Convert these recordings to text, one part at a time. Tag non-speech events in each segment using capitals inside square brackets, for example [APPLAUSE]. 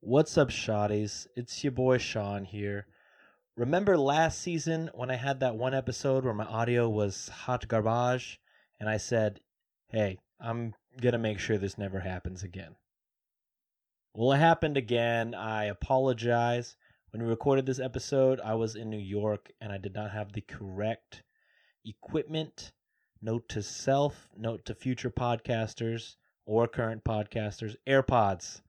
What's up, shotties? It's your boy Sean here. Remember last season when I had that one episode where my audio was hot garbage and I said, hey, I'm going to make sure this never happens again? Well, it happened again. I apologize. When we recorded this episode, I was in New York and I did not have the correct equipment. Note to self, note to future podcasters or current podcasters AirPods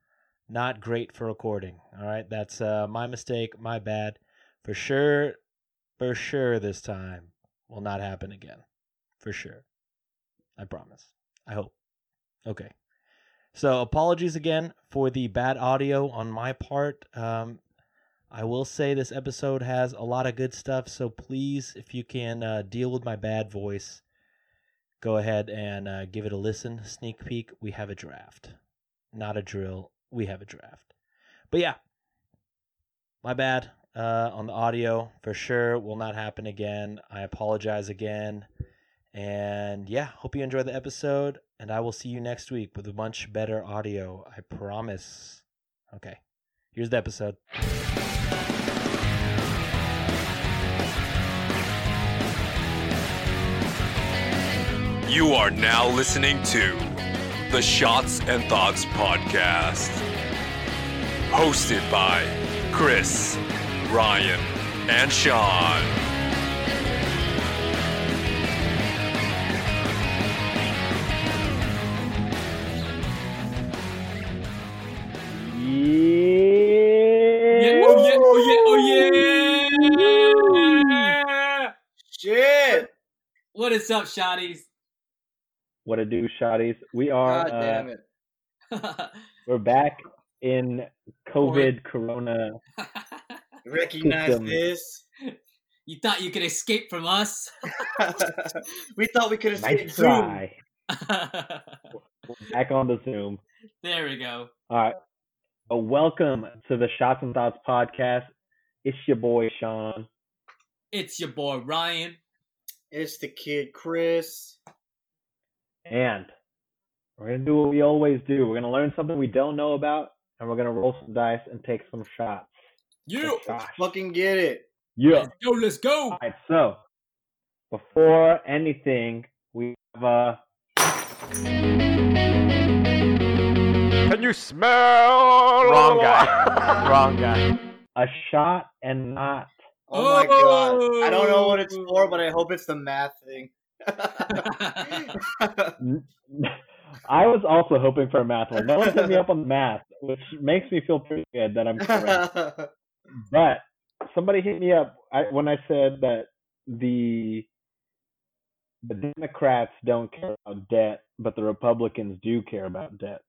not great for recording. All right, that's uh, my mistake, my bad. For sure, for sure, this time will not happen again. For sure, I promise. I hope. Okay, so apologies again for the bad audio on my part. Um, I will say this episode has a lot of good stuff, so please, if you can uh, deal with my bad voice, go ahead and uh, give it a listen. Sneak peek, we have a draft not a drill. We have a draft. But yeah, my bad uh, on the audio for sure. Will not happen again. I apologize again. And yeah, hope you enjoy the episode. And I will see you next week with a much better audio. I promise. Okay, here's the episode. You are now listening to the Shots and Thoughts Podcast, hosted by Chris, Ryan, and Sean. Yeah, oh yeah, oh yeah, oh Hmm. yeah! Shit! What is up, shotties? [LAUGHS] What it do, shotties? We are God uh, damn it. we're back in COVID Corona. Recognize System. this. you thought you could escape from us? [LAUGHS] [LAUGHS] we thought we could have Nice Zoom. try. there We're back on the Zoom. we go. All right. Uh, welcome to the Shots and Thoughts podcast. It's your boy Sean. It's your boy Ryan. It's the kid Chris. And we're going to do what we always do. We're going to learn something we don't know about, and we're going to roll some dice and take some shots. You. Gosh. Fucking get it. Yeah. Let's go. Let's go. All right. So, before anything, we have uh, Can you smell? Wrong guy. [LAUGHS] Wrong guy. a shot and not. [LAUGHS] Oh, my god. I don't know Oh. what it's for, but I hope it's the math thing. [LAUGHS] Uh-huh. I was also hoping for a math one. No one set me up on the math, which makes me feel pretty good that I'm correct. but somebody hit me up I, when I said that the the Democrats don't care about debt, but the Republicans do care about debt.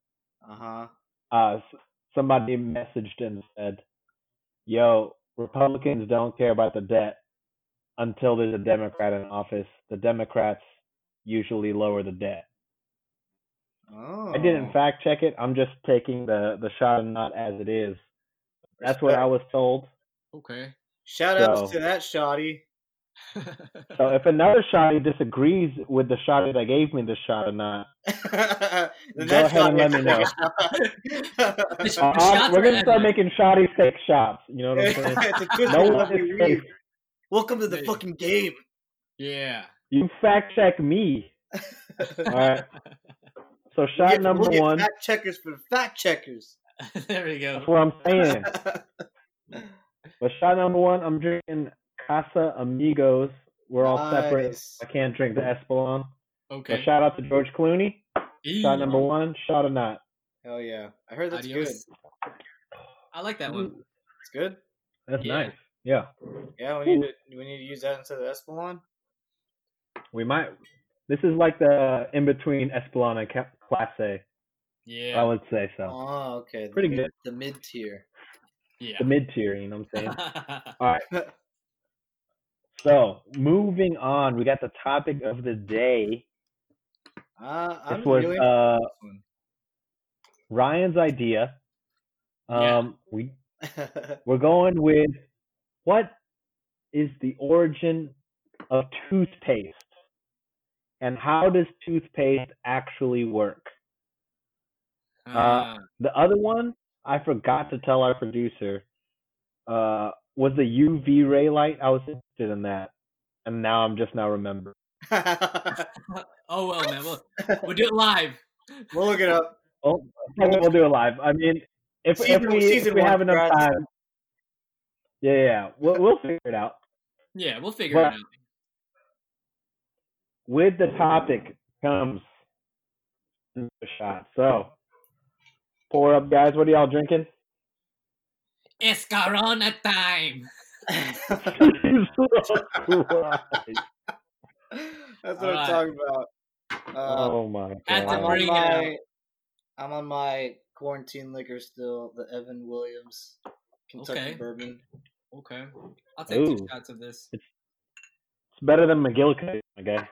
uh-huh. Uh, s- somebody messaged and said, "Yo, Republicans don't care about the debt until there's a Democrat in office. The Democrats usually lower the debt." Oh. I didn't fact check it. I'm just taking the the shot and not as it is. That's what I was told. okay. Shout outs So- to that [LAUGHS] shoddy. So if another shotty disagrees with the shot that I gave me the shot or not, Go go ahead and let me [LAUGHS] know. It's- Uh, the shots we're are gonna start ended. making shotties take shots. You know what I'm [LAUGHS] saying? [LAUGHS] it's a twisted No one lovely is weave. safe. Welcome to the Yeah. fucking game. Yeah. [LAUGHS] You fact check me. All right. So shot We'll get- number we'll get one. Fact checkers for fact checkers. there we go. That's what I'm saying. [LAUGHS] But shot number one, I'm drinking Casa Amigos. We're all separate. Nice. I can't drink the Espolon. So Okay. shout out to George Clooney. Shot number one, shot or not. Hell yeah. I heard that's good. Adios. I like that one. It's good. That's Yeah. nice. Yeah. Yeah, we need to we need to use that instead of Espelon. We might. This is like the in between Espolon and Ca- Class A. I Yeah. would say so. Oh, okay. The Pretty mid- good. The mid tier. Yeah. [LAUGHS] The mid tier, you know what I'm saying? All so, moving on, we got the topic of the day. Uh, I'm This was really uh, one. Ryan's idea. Um, Yeah. we we're going with what is the origin of toothpaste, and how does toothpaste actually work? Ah, The other one I forgot to tell our producer uh, was the UV ray light. I was interested in that, and now I'm just now remembering. uh, Oh well, man. We'll, we'll do it live. [LAUGHS] we'll look it up. [LAUGHS] Oh, I think we'll do it live. I mean, if, Season- if we, season if we one, have enough Brad. time, yeah, yeah, we'll, we'll figure it out. Yeah, we'll figure Well- it out. With the topic comes the shot. So, pour up, guys. What are y'all drinking? [LAUGHS] It's Corona time. That's what I'm Alright. talking about. Uh, oh my At the I'm god! on bring it my I'm on my quarantine liquor still, the Evan Williams Kentucky Okay. bourbon. Okay, I'll take two Ooh. shots of this. It's better than McGillicuddy, my guy.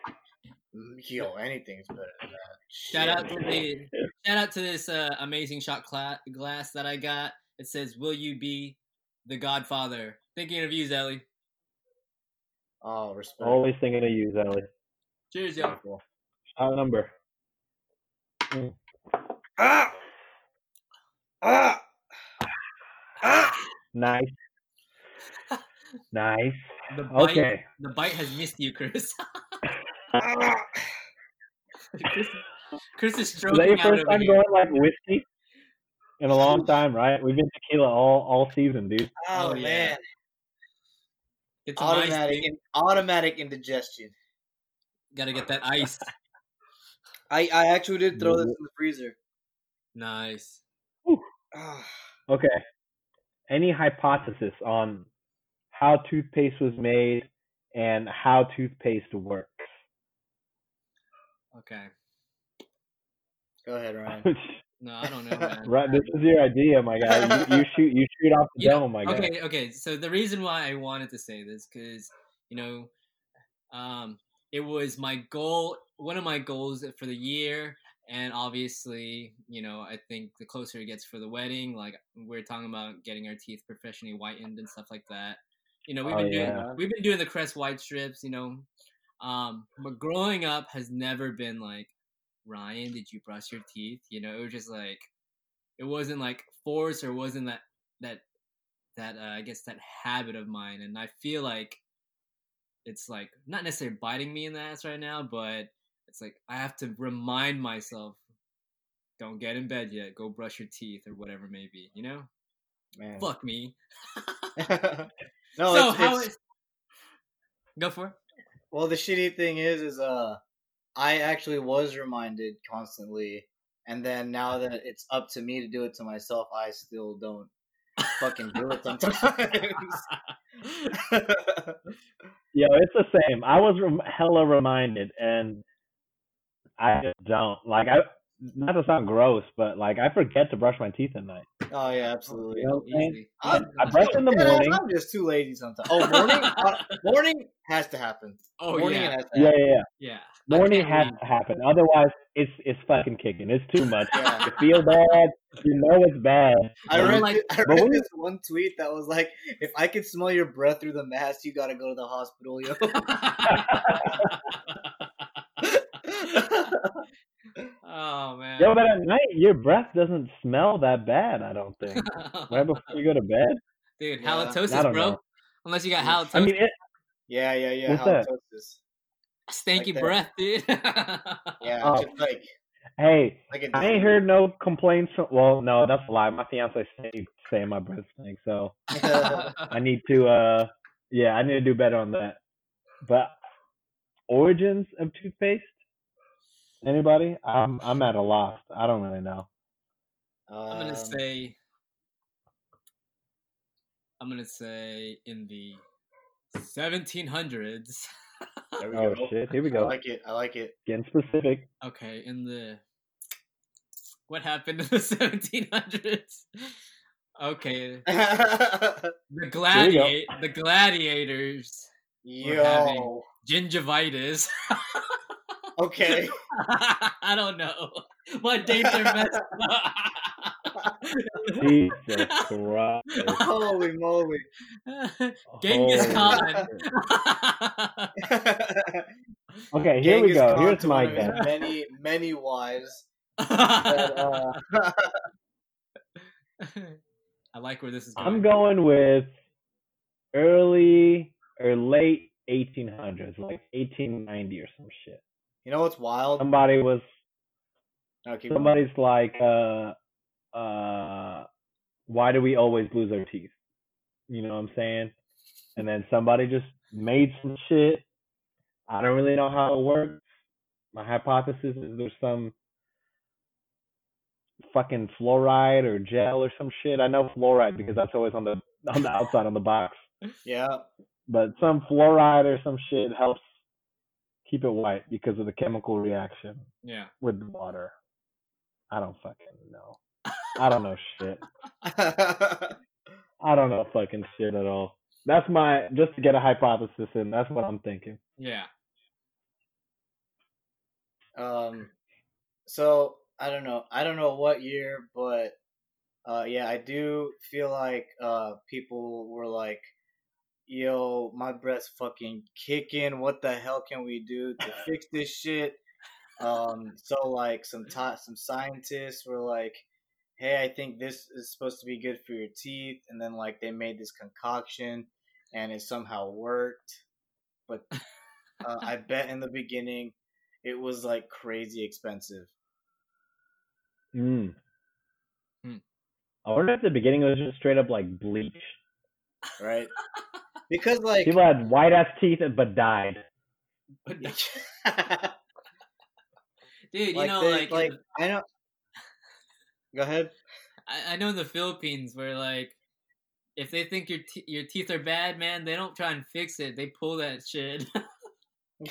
Mm, Yo, anything's better than that. Shout Shit. out to the shout out to this uh, amazing shot cla- glass that I got. It says, "Will you be the Godfather?" Thinking of you, Zelly. Oh, respect. Always thinking of you, Ellie. Cheers, y'all. Shot number. Ah! Ah! Ah! Nice. [LAUGHS] nice. The bite, Okay. the bite has missed you, Chris. [LAUGHS] Oh, Ah! Chris, Chris is Is that your stroking out first over time here. going like whiskey? In a [LAUGHS] long time, right? We've been tequila all all season, dude. [LAUGHS] Oh, Oh, yeah. man. It's a nice Automatic, thing. in, automatic indigestion. Gotta get that ice. I, I actually did throw this in the freezer. Nice. Ah. Okay. Any hypothesis on how toothpaste was made and how toothpaste works? [LAUGHS] Okay. Go [LAUGHS] ahead, Ryan. No, I don't know, man. [LAUGHS] right, this is your idea, my guy. [LAUGHS] You, you shoot, you shoot off the Yeah, dome, my guy. Okay, okay. So the reason why I wanted to say this because you know, um, it was my goal, one of my goals for the year, and obviously, you know, I think the closer it gets for the wedding, like we're talking about getting our teeth professionally whitened and stuff like that. You know, we've Oh, been yeah. doing we've been doing the Crest white strips. You know, um, but growing up has never been like, Ryan, did you brush your teeth? You know, it was just like, it wasn't like force or wasn't that that that uh, I guess that habit of mine, and I feel like it's like not necessarily biting me in the ass right now, but it's like I have to remind myself, don't get in bed yet, go brush your teeth or whatever it may be, you know? Man. Fuck me. [LAUGHS] no, so it's, how it's- is- Go for it. well, the shitty thing is, is uh, I actually was reminded constantly, and then now that it's up to me to do it to myself, I still don't fucking do it [LAUGHS] sometimes. [LAUGHS] Yo, it's the same. I was rem- hella reminded, and I just don't like. I not to sound gross, but like I forget to brush my teeth at night. oh yeah, absolutely. You know what I'm saying? Easily. I- I brush in the Yeah, morning. I'm just too lazy sometimes. Oh, morning, uh, morning has to happen. Oh morning yeah, has to Yeah, happen. yeah, yeah. yeah. I Morning can't has read. to happen. Otherwise, it's it's fucking kicking. It's too much. Yeah. You feel bad. You know it's bad. I Or read, like- thi- I but read when- this one tweet that was like, "If I could smell your breath through the mask, you gotta go to the hospital, [LAUGHS] yo." oh man. Yo, but at night your breath doesn't smell that bad. I don't [LAUGHS] think. Right before you go to bed. [LAUGHS] Dude, Yeah. halitosis, I don't bro. know. Unless you got Yeah. halitosis, I mean, it, yeah, yeah, yeah. What's that? halitosis. stanky like that. breath, dude. [LAUGHS] Yeah, Oh. just like hey, like a I ain't [LAUGHS] heard no complaints from. Well, no, that's a lie. My fiance stayed saying my breath stinks, so Um, I need to. uh Yeah, I need to do better on that. But origins of toothpaste? Anybody? I'm I'm at a loss. I don't really know. I'm gonna Um, say. I'm gonna say in the 1700s. There we Oh go. shit! Here we I go. like it. I like it. [LAUGHS] Getting specific. Okay, in the. What happened in the [LAUGHS] 1700s? Okay, the we go. gladiator, the gladiators, Yo. gingivitis. [LAUGHS] Okay. I don't know. What date they're [LAUGHS] messed up. [LAUGHS] Jesus Christ! Holy moly. Genghis Holy Khan. shit. Here Okay, here we go. Here's my guess. uh, many many wives. But, uh, [LAUGHS] I like where this is going. I'm going with early or late 1800s, like 1890 or some shit. You know what's wild? Somebody was No, keep going. somebody's like, uh, uh, why do we always lose our teeth? You know what I'm saying? And then somebody just made some shit. I don't really know how it works. My hypothesis is there's some fucking fluoride or gel or some shit. I know fluoride because that's always on the on the outside on the box. Yeah. But some fluoride or some shit helps keep it white because of the chemical reaction Yeah. with the water. I don't fucking know. I don't know shit. I don't know fucking shit at all. That's my just to get a hypothesis in. That's what I'm thinking. Yeah. [LAUGHS] um, so I don't know. I don't know what year, but uh, yeah, I do feel like uh, people were like, "Yo, my breath's fucking kicking. What the hell can we do to fix this shit?" Um, so like some ti some scientists were like, "Hey, I think this is supposed to be good for your teeth," and then like they made this concoction, and it somehow worked. But uh, I bet in the beginning it was like crazy expensive. Mm. Hmm. I wonder if the beginning was just straight up like bleach. right? [LAUGHS] Because like [LAUGHS] People had white ass teeth but died. But dude, dude, [LAUGHS] you know, like, uh in like the- I know. Go ahead. I, I know in the Philippines where like if they think your te- your teeth are bad, man, they don't try and fix it. They pull that shit. [LAUGHS]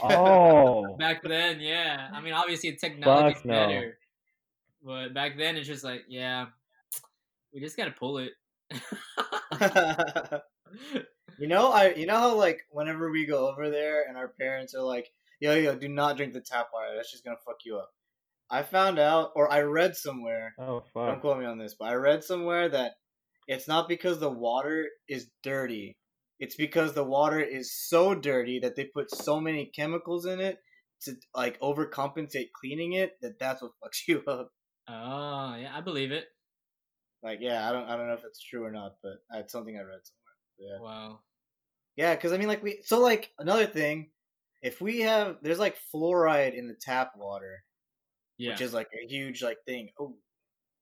Oh, back then, yeah. I mean, obviously technology's Fuck no. better, but back then it's just like, yeah, we just gotta pull it. [LAUGHS] [LAUGHS] you know, I you know how like whenever we go over there and our parents are like, "Yo, yo, do not drink the tap water. That's just gonna fuck you up." I found out, or I read somewhere. oh Don't fuck. quote me on this, but I read somewhere that it's not because the water is dirty. It's because the water is so dirty that they put so many chemicals in it to like overcompensate cleaning it that that's what [LAUGHS] fucks you up. oh, yeah, I believe it. Like, yeah, I don't, I don't know if it's true or not, but it's something I read somewhere. Yeah, Wow. yeah, because I mean, like we, so like another thing, if we have, there's like fluoride in the tap water, Yeah. which is like a huge like thing. Oh,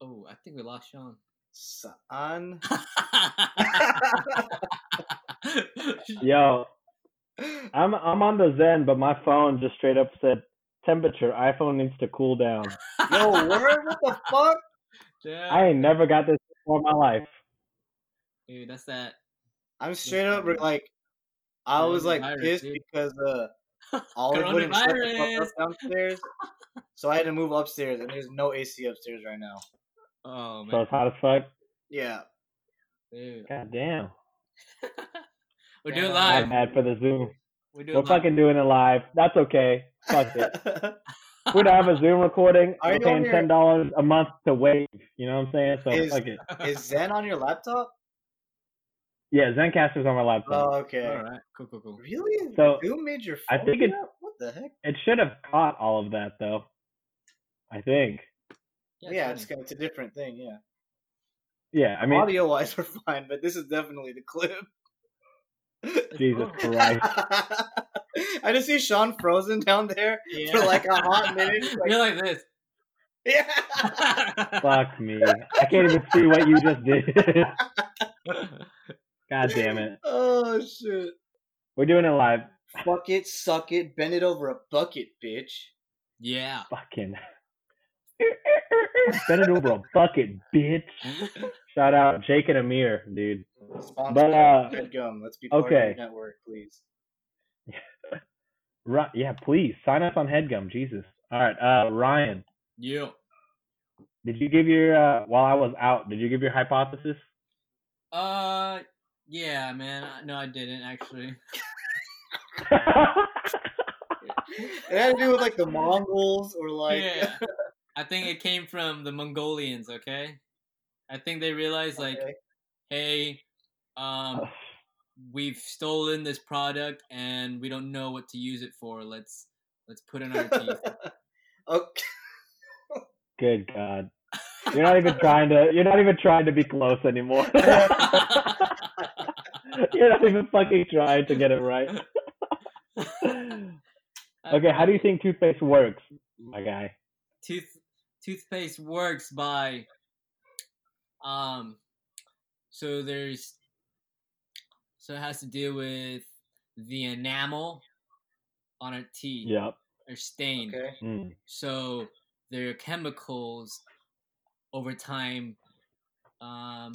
oh, I think we lost Sean. [LAUGHS] son. Yo, I'm I'm on the Zen, but my phone just straight up said temperature. iPhone needs to cool down. Yo, word, what the fuck? Yeah. [LAUGHS] I ain't never got this before in my life. Dude, that's that. I'm straight up re- coronavirus. like, I was like Coronavirus, pissed dude. because [LAUGHS] uh, Olive wouldn't shut the Coronavirus. fuck up downstairs, so I had to move upstairs, and there's no AC upstairs right now. Oh So man, it's hot as fuck. Yeah, dude. God damn. [LAUGHS] We're doing I'm live. mad for the Zoom. We're We're doing live. fucking doing it live. That's okay. [LAUGHS] Fuck it. We don't have a Zoom recording. We're Are you on paying your- ten dollars a month to wave. You know what I'm saying? So Is- fuck it. [LAUGHS] is Zen on your laptop? Yeah, Zencaster's on my laptop. [LAUGHS] Oh, okay. All right, cool, cool, cool. Really? So, Who made your I phone? think it- up? What the heck? It should have caught all of that though. I think. Yeah, it's, funny. it's a different thing. Yeah. Yeah, I mean, Audio wise, [LAUGHS] we're fine, but this is definitely the clip. [LAUGHS] Jesus cool. Christ. I just see Sean frozen down there for Yeah. [LAUGHS] like a hot [LAUGHS] minute. He's like, You're like this. [LAUGHS] yeah. Fuck me. I can't even see what you just did. [LAUGHS] God damn it. Oh shit. We're doing it live. Fuck it, suck it, bend it over a bucket, bitch. [LAUGHS] yeah. Fucking. Bend it over a bucket, [LAUGHS] bitch. Shout out Jake and Amir, dude. Sponsor But, uh, Red Gum. Let's be part okay. of the network, please. Right, yeah, please sign us on Headgum. Jesus. All right, uh, Ryan, You. did you give your uh, while I was out? Did you give your hypothesis? Uh, yeah, man. I- No, I didn't actually. [LAUGHS] It had to do with like the Mongols or like [LAUGHS] yeah. I think it came from the Mongolians. Okay. I think they realized like, Okay. Uh. hey, um, we've stolen this product and we don't know what to use it for. Let's [LAUGHS] [LAUGHS] let's put it on our teeth. Okay. Good God. You're not even trying to. You're not even trying to be close anymore. [LAUGHS] you're not even fucking trying to get it right. Okay, how do you think toothpaste works, my guy? Tooth toothpaste works by um so there's so it has to do with the enamel on a teeth Yep. or stain. Okay. Mm. So there are chemicals over time um,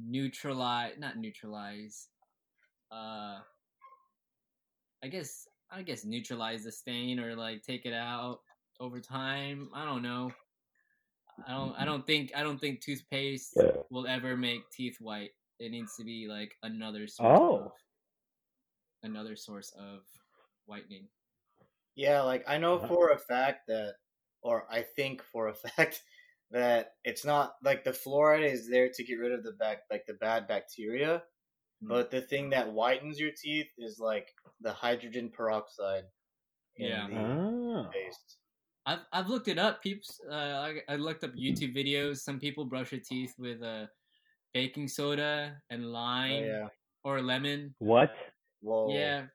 neutralize, not neutralize. Uh, I guess I guess neutralize the stain or like take it out over time. I don't know. I don't. I don't think. I don't think toothpaste Yeah. will ever make teeth white. It needs to be like another source. Oh. Of, another source of whitening. Yeah, like I know Wow. for a fact that, or I think for a [LAUGHS] fact that it's not like the fluoride is there to get rid of the back like the bad bacteria, Hmm. but the thing that whitens your teeth is like the hydrogen peroxide. in Yeah. the Oh. paste. I've I've looked it up, peeps. Uh, I, I looked up YouTube videos. Some people brush their teeth with uh, baking soda and Oh, lime yeah. or lemon. What? Whoa. Yeah, I or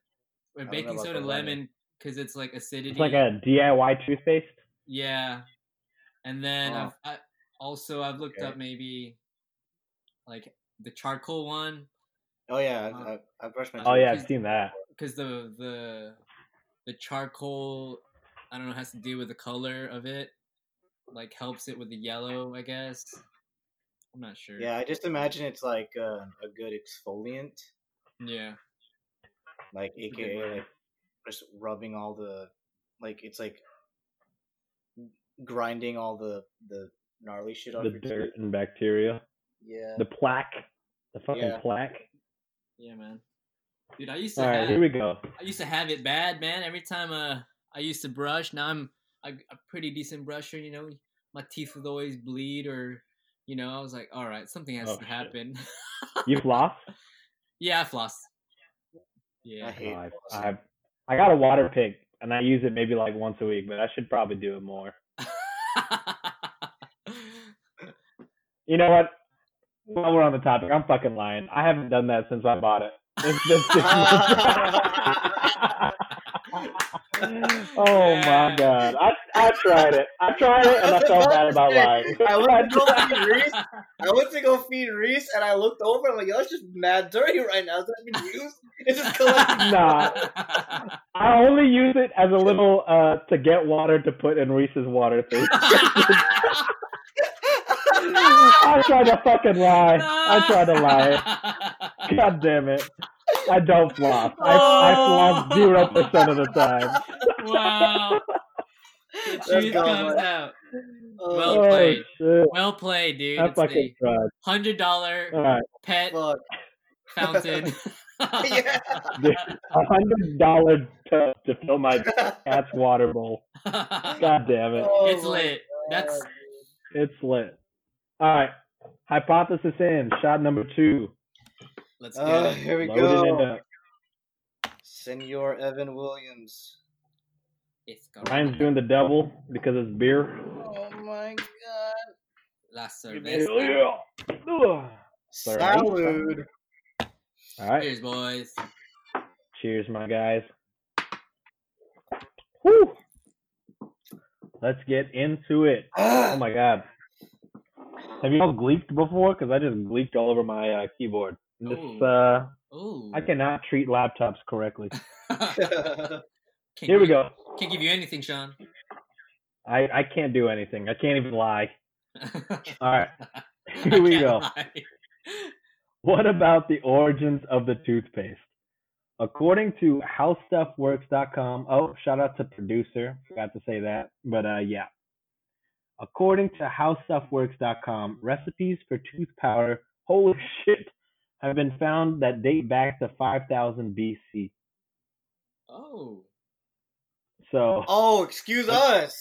don't know baking about soda the and lemon. lemon because it's like acidity. It's like a DIY toothpaste. yeah, and then Huh. I've, I also I've looked Okay. up maybe like the charcoal one Oh yeah. I, Uh, I, I brushed my. Oh teeth. yeah, I've seen that. because the the the charcoal I don't know has to do with the color of it, like helps it with the yellow, I guess. I'm not sure. Yeah, I just imagine it's like uh, a good exfoliant, Yeah. like a Mm-hmm. good AKA word. like just rubbing all the, like it's like grinding all the the gnarly shit off The your dirt teeth. and bacteria. Yeah. The plaque. The fucking Yeah. plaque. Yeah, man. Dude, I used to All right, have, here we go. I used to have it bad, man. Every time uh I used to brush, now I'm a, a pretty decent brusher. You know, my teeth would always bleed, or you know, I was like, all right, something has Oh, to shit. happen. [LAUGHS] You [LAUGHS] floss? yeah, I floss. I Yeah, hate. Oh, I, flossing. I, I got a water pick and I use it maybe like once a week, but I should probably do it more. [LAUGHS] You know what? While we're on the topic, I'm fucking lying. I haven't done that since I bought it. [LAUGHS] It's been six months. [LAUGHS] oh my Yeah. god! I I tried it. I tried it, and I felt bad about lying. [LAUGHS] [LAUGHS] I went to go feed Reese. I went to go feed Reese, and I looked over. I'm like, yo, it's just mad dirty right now. It's not being used. It's [LAUGHS] just collecting. Uh, I only use it as a little uh to get water to put in Reese's water thing. I tried to fucking lie. I tried to lie. God damn it! I don't floss. I, I floss zero percent of the time. [LAUGHS] wow, the Let's truth go, comes bud. out. Oh, Well oh played. shit! Well played, dude. I It's the fucking tried. hundred dollar All right, pet [LAUGHS] fuck. fountain. Yeah. a hundred dollar tub to fill my cat's water bowl. God damn it! Oh it's my lit. That's God. It's lit. All right, hypothesis in shot number two. let's get Oh, it. here we Loaded it go. up. Senor Evan Williams. It's Ryan's doing the double because it's beer. Oh my god. last Yeah. service. Ugh. Sorry. Salud. All right, Cheers, boys. cheers, my guys. Whew. Let's get into it. Oh my god. Have you all gleeked before? Because I just gleeked all over my uh, keyboard. This, Ooh. uh, Ooh. [LAUGHS] I cannot treat laptops correctly. Ugh. Can't Here we give- go. Can't give you anything, Sean. [LAUGHS] I, I can't do anything. I can't even lie. All right. [LAUGHS] Here we I can't go. lie. What about the origins of the toothpaste? According to howstuffworks.com, oh, shout out to producer. Forgot to say that. But uh, yeah. According to howstuffworks.com, recipes for tooth powder, holy shit, have been found that date back to 5000 BC. Oh. So, [LAUGHS] oh, excuse us.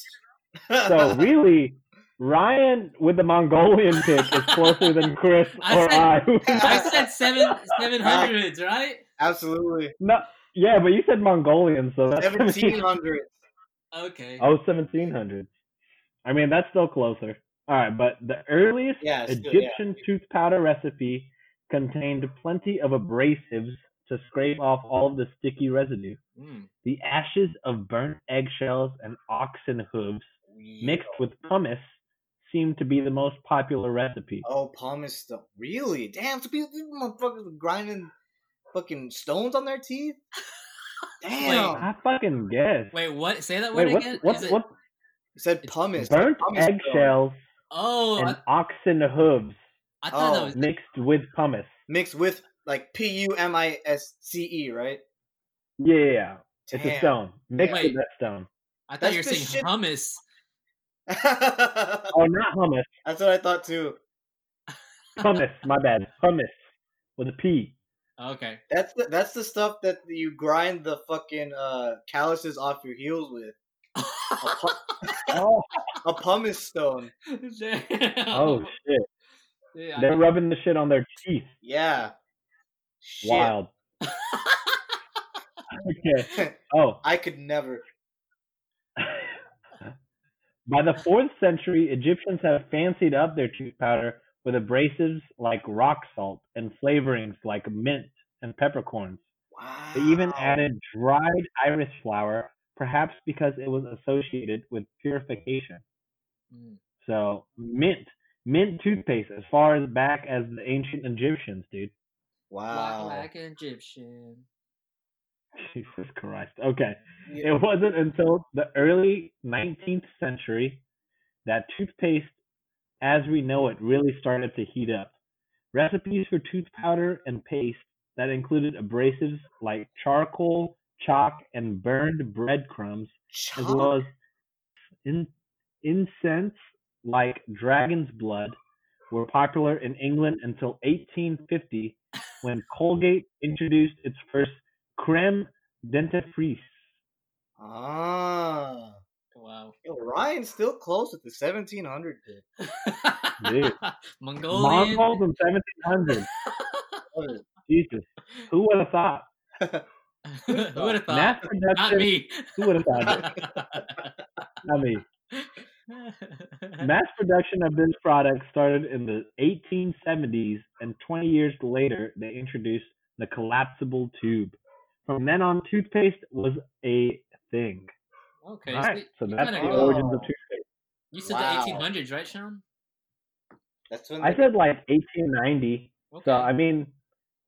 so really, Ryan with the Mongolian pick is closer than Chris [LAUGHS] I or I. [LAUGHS] I said seven seven hundreds, right? [LAUGHS] Absolutely. no, yeah, but you said Mongolian, so that's 1700. [LAUGHS] Okay. Oh, 1700. I mean, that's still closer. All right, but the earliest Yeah, it's good, yeah. Egyptian tooth powder recipe contained plenty of abrasives to scrape off all of the sticky residue. Hmm. Mm. The ashes of burnt eggshells and oxen hooves mixed with pumice seemed to be the most popular recipe. Oh, pumice stuff. Really? Damn, so people, these motherfuckers were grinding fucking stones on their [LAUGHS] teeth? Damn. I fucking guess. Wait, what? Say that word Wait, what's again. what's Is it- what's It said pumice. burnt pumice stone. eggshells Oh, and I, oxen hooves I thought oh. that was mixed with pumice? Mixed with like P U M I S C E, right? Yeah, yeah, yeah. Damn. it's a stone mixed Wait. with that stone. I thought That's you were the saying shit- hummus. Oh, not hummus. [LAUGHS] That's what I thought too. Hummus. my bad. Hummus with a P. Okay. That's the that's the stuff that you grind the fucking uh, calluses off your heels with. [LAUGHS] Oh, [LAUGHS] A pumice stone. Damn. oh shit! [LAUGHS] Yeah, They're rubbing the shit on their teeth. Yeah. Shit. Wild. okay. Oh. [LAUGHS] I could never. By the fourth century, Egyptians have fancied up their tooth powder with abrasives like rock salt and flavorings like mint and peppercorns. Wow. They even added dried iris flower, perhaps because it was associated with purification. Mm. So mint, mint toothpaste, as far as back as the ancient Egyptians, dude. [LAUGHS] Wow. Black, black Egyptian. Jesus Christ. Okay, Yeah. it wasn't until the early 19th century that toothpaste, as we know it, really started to heat up. Recipes for tooth powder and paste that included abrasives like charcoal, chalk, and burned breadcrumbs as well as in, incense like dragon's blood were popular in England until 1850 when Colgate introduced its first creme dentifrice. Ah. Wow. Yo, Ryan's still close at the 1700 pit. Dude. [LAUGHS] Mongolian. [LAUGHS] Mongols in 1700. Jesus, who would have thought? Who would have thought? Not Mass production. me. Who would have thought? [LAUGHS] It? I mean, mass production of this product started in the 1870s, and 20 years later, they introduced the collapsible tube. From then on, toothpaste was a thing. [LAUGHS] okay. All right, So, so you that's kinda the go- origins of toothpaste. you said Wow. the 1800s, right, Sean? That's when I said like 1890, Okay. so I mean,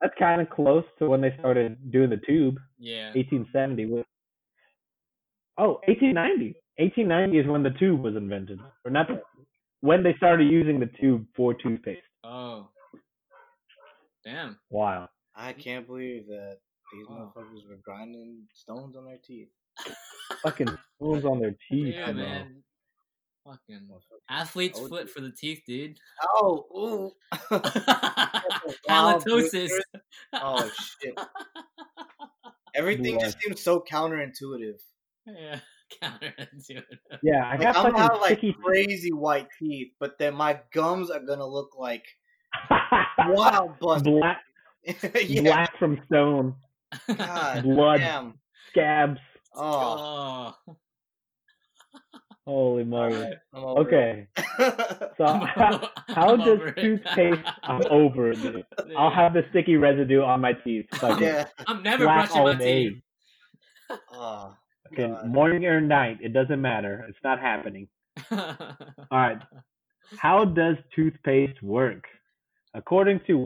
that's kind of close to when they started doing the tube. yeah. 1870 was. Oh, 1890. 1890 is when the tube was invented, or not the, when they started using the tube for toothpaste. Oh. Damn. Wow. I can't believe that these Wow. motherfuckers were grinding stones on their teeth. Fucking stones on their teeth. Yeah, bro. man. Fucking athlete's foot for the teeth, dude. [LAUGHS] Oh, ooh. [LAUGHS] Wild Halitosis. pictures. oh shit. Everything just seems so counterintuitive. yeah. [LAUGHS] Counterintuitive. [LAUGHS] Yeah, I Like, got I'm gonna fucking have like [LAUGHS] sticky. crazy white teeth, but then my gums are gonna look like black, wild bust. [LAUGHS] yeah, black from stone, God blood, damn. scabs. Oh, Oh. Holy moly. I'm over Okay, it. [LAUGHS] [LAUGHS] so I'm Uh, [LAUGHS] how, o- [LAUGHS] how I'm does over it. [LAUGHS] toothpaste? I'm over it. I'll have the sticky residue on my [LAUGHS] teeth. Fuck it. yeah. I'm never Black brushing all my day. teeth. [LAUGHS] Oh, Okay, God. morning or night, it doesn't matter. It's not happening. All right. How does toothpaste work? According to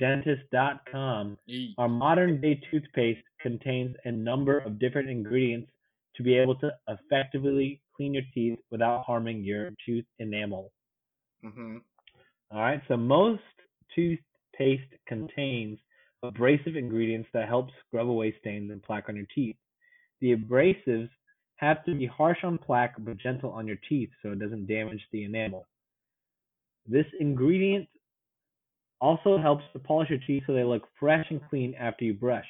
123dentist.com, Eat. our modern day toothpaste contains a number of different ingredients to be able to effectively clean your teeth without harming your tooth enamel. hmm All right, so most toothpaste contains abrasive ingredients that help scrub away stains and plaque on your teeth. The abrasives have to be harsh on plaque but gentle on your teeth so it doesn't damage the enamel. This ingredient also helps to polish your teeth so they look fresh and clean after you brush.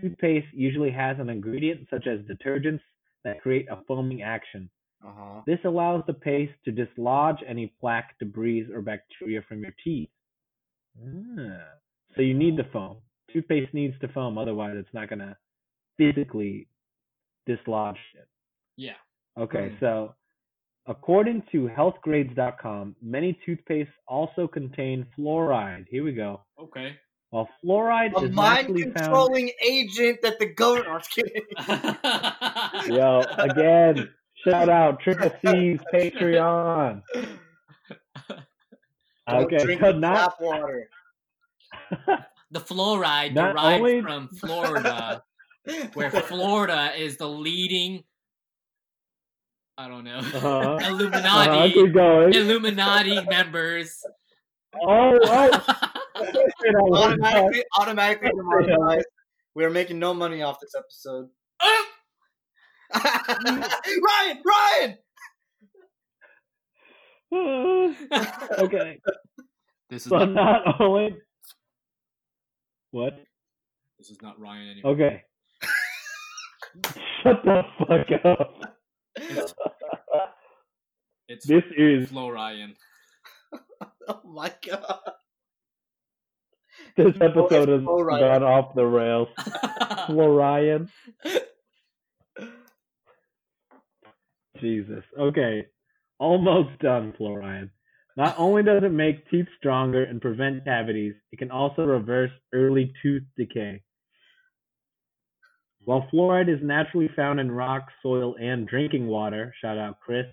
Toothpaste usually has an ingredient such as detergents that create a foaming action. Uh huh. This allows the paste to dislodge any plaque, debris, or bacteria from your teeth. Ah. So you need the foam. Toothpaste needs to foam, otherwise it's not gonna physically dislodge it. Yeah. Okay, Hmm. so According to healthgrades.com, many toothpastes also contain fluoride. Here we go. Okay. [LAUGHS] Well, fluoride A is mind naturally found. controlling agent that the government. I'm just kidding. Yo, again, shout out Triple [LAUGHS] C's Patreon. Don't Okay, [LAUGHS] drink so the not tap [LAUGHS] water. [LAUGHS] the fluoride Not derived only- [LAUGHS] from Florida, where Florida is the leading. I don't know. [LAUGHS] Uh-huh. Uh, I Illuminati keep going. Illuminati members. Oh, [LAUGHS] oh, shit, I was- automatically, automatically demonetized. We are making no money off this [LAUGHS] episode. [LAUGHS] Ryan, Ryan. [LAUGHS] okay, this is so not, not only what? this is not Ryan anymore. Okay, shut the fuck up. [LAUGHS] It's This is Flo Ryan. [LAUGHS] Oh my god. this episode has Flo Ryan. gone off the rails. Florian. [LAUGHS] Jesus. Okay. Almost done, Florian. Not only does it make teeth stronger and prevent cavities, it can also reverse early tooth decay. While fluoride is naturally found in rock, soil, and drinking water, shout out Chris,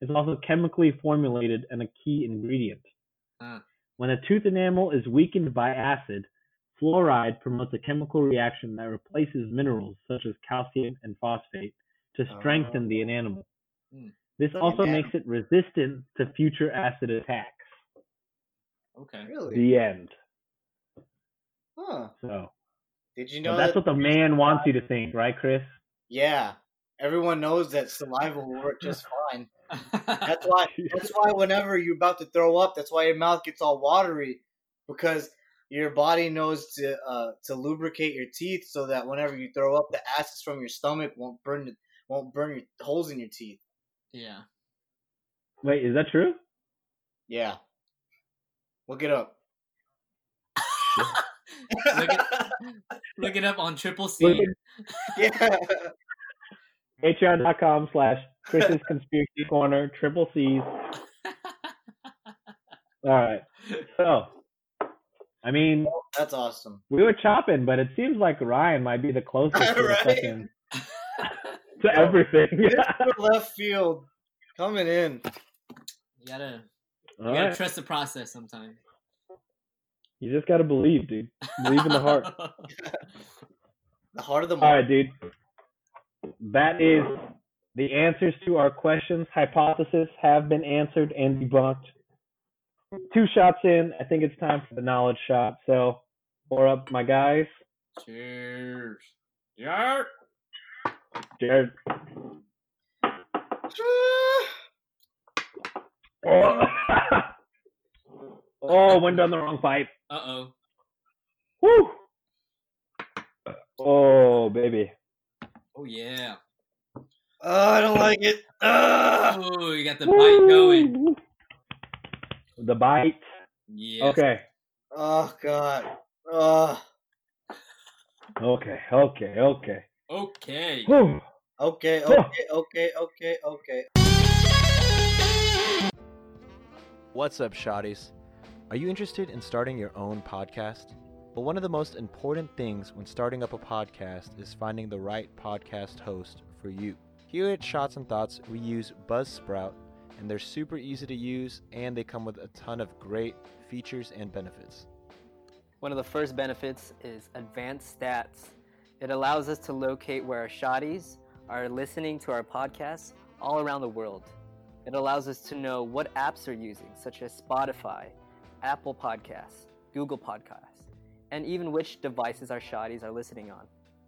it's also chemically formulated and a key ingredient. Mm. Ah. When a tooth enamel is weakened by acid, Fluoride promotes a chemical reaction that replaces minerals such as calcium and phosphate to strengthen Oh. the enamel. Hmm. This also Enamel. makes it resistant to future acid attacks. Okay. Really? The end. Huh. So, Did you so know that's that? what the man wants you to think, right, Chris? Yeah. Everyone knows that saliva will work just [LAUGHS] fine. That's why. That's why whenever you're about to throw up, that's why your mouth gets all watery, because your body knows to uh, to lubricate your teeth so that whenever you throw up, the acids from your stomach won't burn won't burn your holes in your teeth. [LAUGHS] yeah. Wait, is that true? Yeah. Look it up. Look it, [LAUGHS] look it up on Triple Look C. yeah. Patreon.com slash Chris's Conspiracy Corner, triple C's. All right. So, I mean, That's awesome. we were chopping, but it seems like Ryan might be the closest to, the Right? fucking- to everything. Left field coming in. [LAUGHS] You gotta, you [LAUGHS] All gotta right. trust the process sometimes. You just gotta believe, dude. Believe in [LAUGHS] the heart. The heart of the All market. right, dude. That is the answers to our questions. Hypothesis have been answered and debunked. Two shots in. I think it's time for the knowledge shot. So, pour up, my guys. Cheers. Yeah. Jared. Ah. Oh, [LAUGHS] oh went down the wrong pipe. Uh oh. Woo. Oh, baby. Oh yeah. Oh, I don't like it. Ah. Ah. Ugh. Oh, you got the bite going. Woo. The bite. Yeah. Okay. Oh god. Ah. Ugh. Okay. Okay. Okay. Okay. Whew. Okay, Huh. okay, okay, okay, okay. What's up, Shotties? Are you interested in starting your own podcast? Well, one of the most important things when starting up a podcast is finding the right podcast host for you. Here at Shots and Thoughts, we use Buzzsprout, and they're super easy to use and they come with a ton of great features and benefits. One of the first benefits is advanced stats. It allows us to locate where our shotties are listening to our podcasts all around the world. It allows us to know what apps are using, such as Spotify, Apple Podcasts, Google Podcasts, and even which devices our shotties are listening on.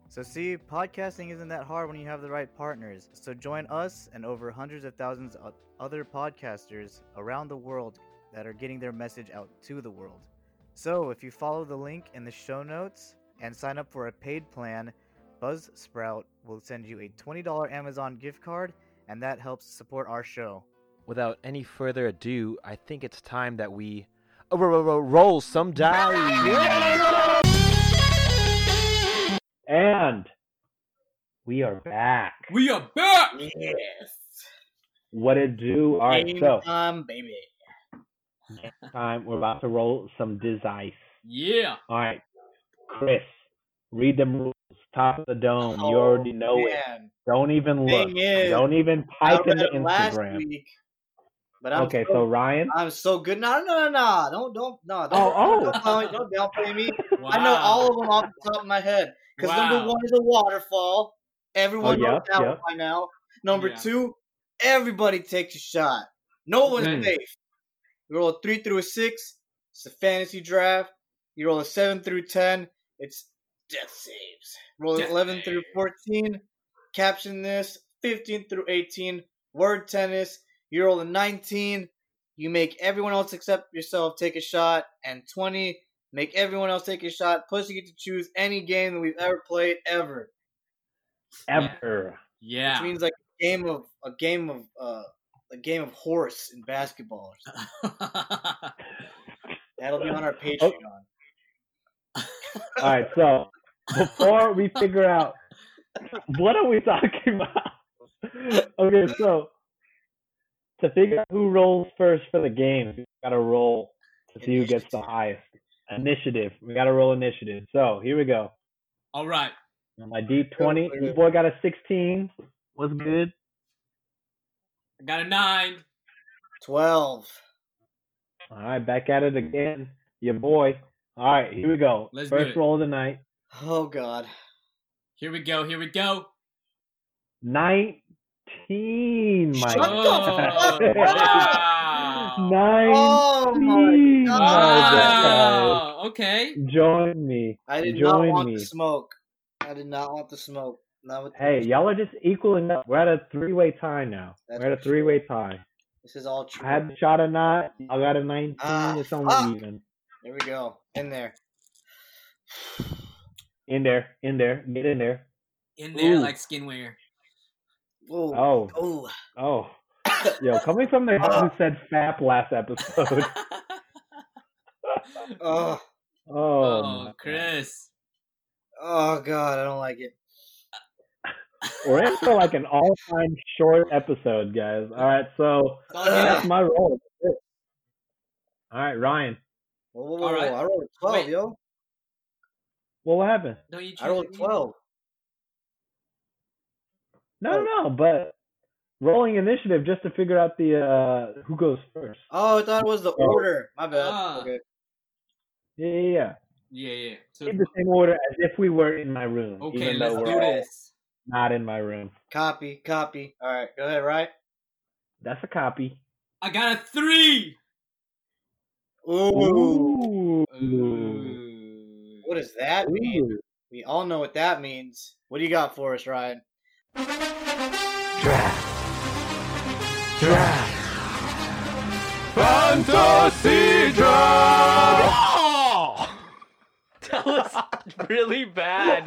So, see, podcasting isn't that hard when you have the right partners. So, join us and over hundreds of thousands of other podcasters around the world that are getting their message out to the world. So, if you follow the link in the show notes and sign up for a paid plan, Buzzsprout will send you a $20 Amazon gift card, and that helps support our show. Without any further ado, I think it's time that we ro- ro- ro- roll some dice. And we are back. We are back. Yes. What it do? All right, Game so time, baby. time we're about to roll some dice. Yeah. All right, Chris, read them rules. Top of the dome. you already know it. Man, Don't even look. Oh, Thing is, Don't even I pipe read into it last Instagram. week, but I'm Okay, so, so Ryan. I'm so good. No, no, no, no. Don't, don't, no. Don't, Oh, don't, oh. downplay- don't downplay me. Wow. [LAUGHS] I know all of them off the top of my head. Because Wow. number one is a waterfall. Everyone Oh, knows yep, that one yep. by now. Number Yeah. two, everybody takes a shot. No one's Mm. safe. You roll a three through a six. It's a fantasy draft. You roll a seven through ten. It's death saves. Roll Death eleven through fourteen. Caption this. Fifteen through eighteen. Word tennis. You roll a nineteen. You make everyone else except yourself take a shot. And twenty make everyone else take a shot. Plus, you get to choose any game that we've ever played ever, Ever. Yeah. which means like a game of a game of uh, a game of horse in basketball. Or something. That'll be on Oh. our Patreon. All right, so before we figure out what are we talking about. okay, so to figure out who rolls first for the game, we gotta roll to see who gets the highest initiative. We gotta roll initiative. So here we go. [LAUGHS] all right. My D20, this boy got a 16. What's good? I got a nine. Twelve. All right, back at it again. Your boy. All right, here we go. Let's do First it. roll of the night. Oh God. Here we go. Here we go. 19, my Shut the God. fuck up! wow. 19. Oh my my God. God. Wow. Okay. Join me. I did Join not want me. the smoke. I did not want the smoke. Not with Hey, y'all are just equaling up. We're at a three way tie now. That's We're at a for three way tie. this is all true. I had the shot or not. I got a 19. Ah, it's almost fuck. even. There we go. In there. In there. In there. Get in there. In there Ooh. like [LAUGHS] skinwear. Ooh. Oh. Ooh. Oh. [LAUGHS] Yo, coming from the guy Ah. who said FAP last episode. [LAUGHS] Oh. Oh, oh, my God. Chris. Oh God. I don't like it. We're in for like an all time short episode, guys. All right, so that's Ugh. my role. All right, Ryan. Whoa, whoa, All whoa, right. whoa. I rolled a twelve, Wait. yo. Well, what happened? Don't you choose I rolled me? twelve. No, Oh. no, but rolling initiative just to figure out the uh who goes first. Oh, I thought it was the order. My bad. Ah. Okay. Yeah, yeah, yeah. Yeah, yeah. So, Keep the same order as if we were in my room, okay, even let's though we're do all this. not in my room. Copy. Copy. All right. Go ahead. Right. That's a copy. I got a three. Ooh. Ooh. Ooh. What does that mean? Ooh. We all know what that means. What do you got for us, Ryan? Fantasy Draft! [LAUGHS] That was [LAUGHS] really bad.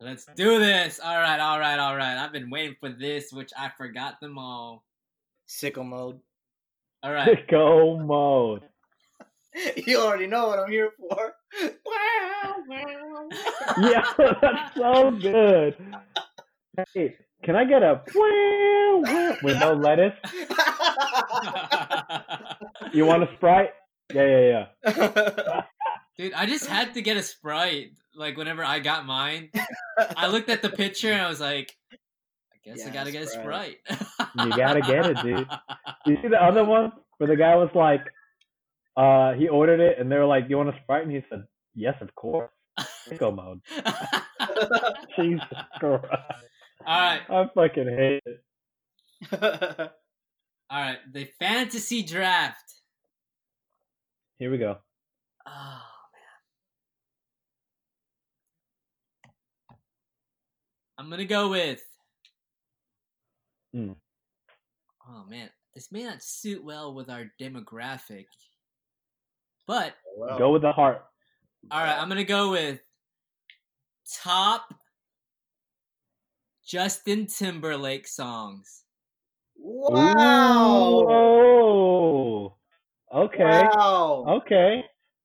Let's do this. All right, all right, all right. I've been waiting for this, which I forgot them all. Sickle mode. All right. Go mode. [LAUGHS] You already know what I'm here for. [LAUGHS] Wow, wow. Yeah, [LAUGHS] that's so good. Hey, can I get a wow, wow with no lettuce? You want a sprite? Yeah, yeah, yeah. Dude, I just had to get a Sprite. Like, whenever I got mine, I looked at the picture and I was like, I guess I Yeah, gotta get a Sprite. Sprite. You gotta get it, dude. You see the other one where the guy was like, uh, he ordered it and they were like, "Do you want a sprite?" And he said, "Yes, of course." Sicko mode. [LAUGHS] [LAUGHS] Jesus Christ. all right, I fucking hate it. all right. The fantasy draft. Here we go. Oh, man. I'm gonna go with. Mm. Oh, man. This may not suit well with our demographic, but [LAUGHS] Well, Go with the heart. All right, I'm gonna go with top Justin Timberlake songs. Wow. Ooh. Okay. Oh. Wow. Okay.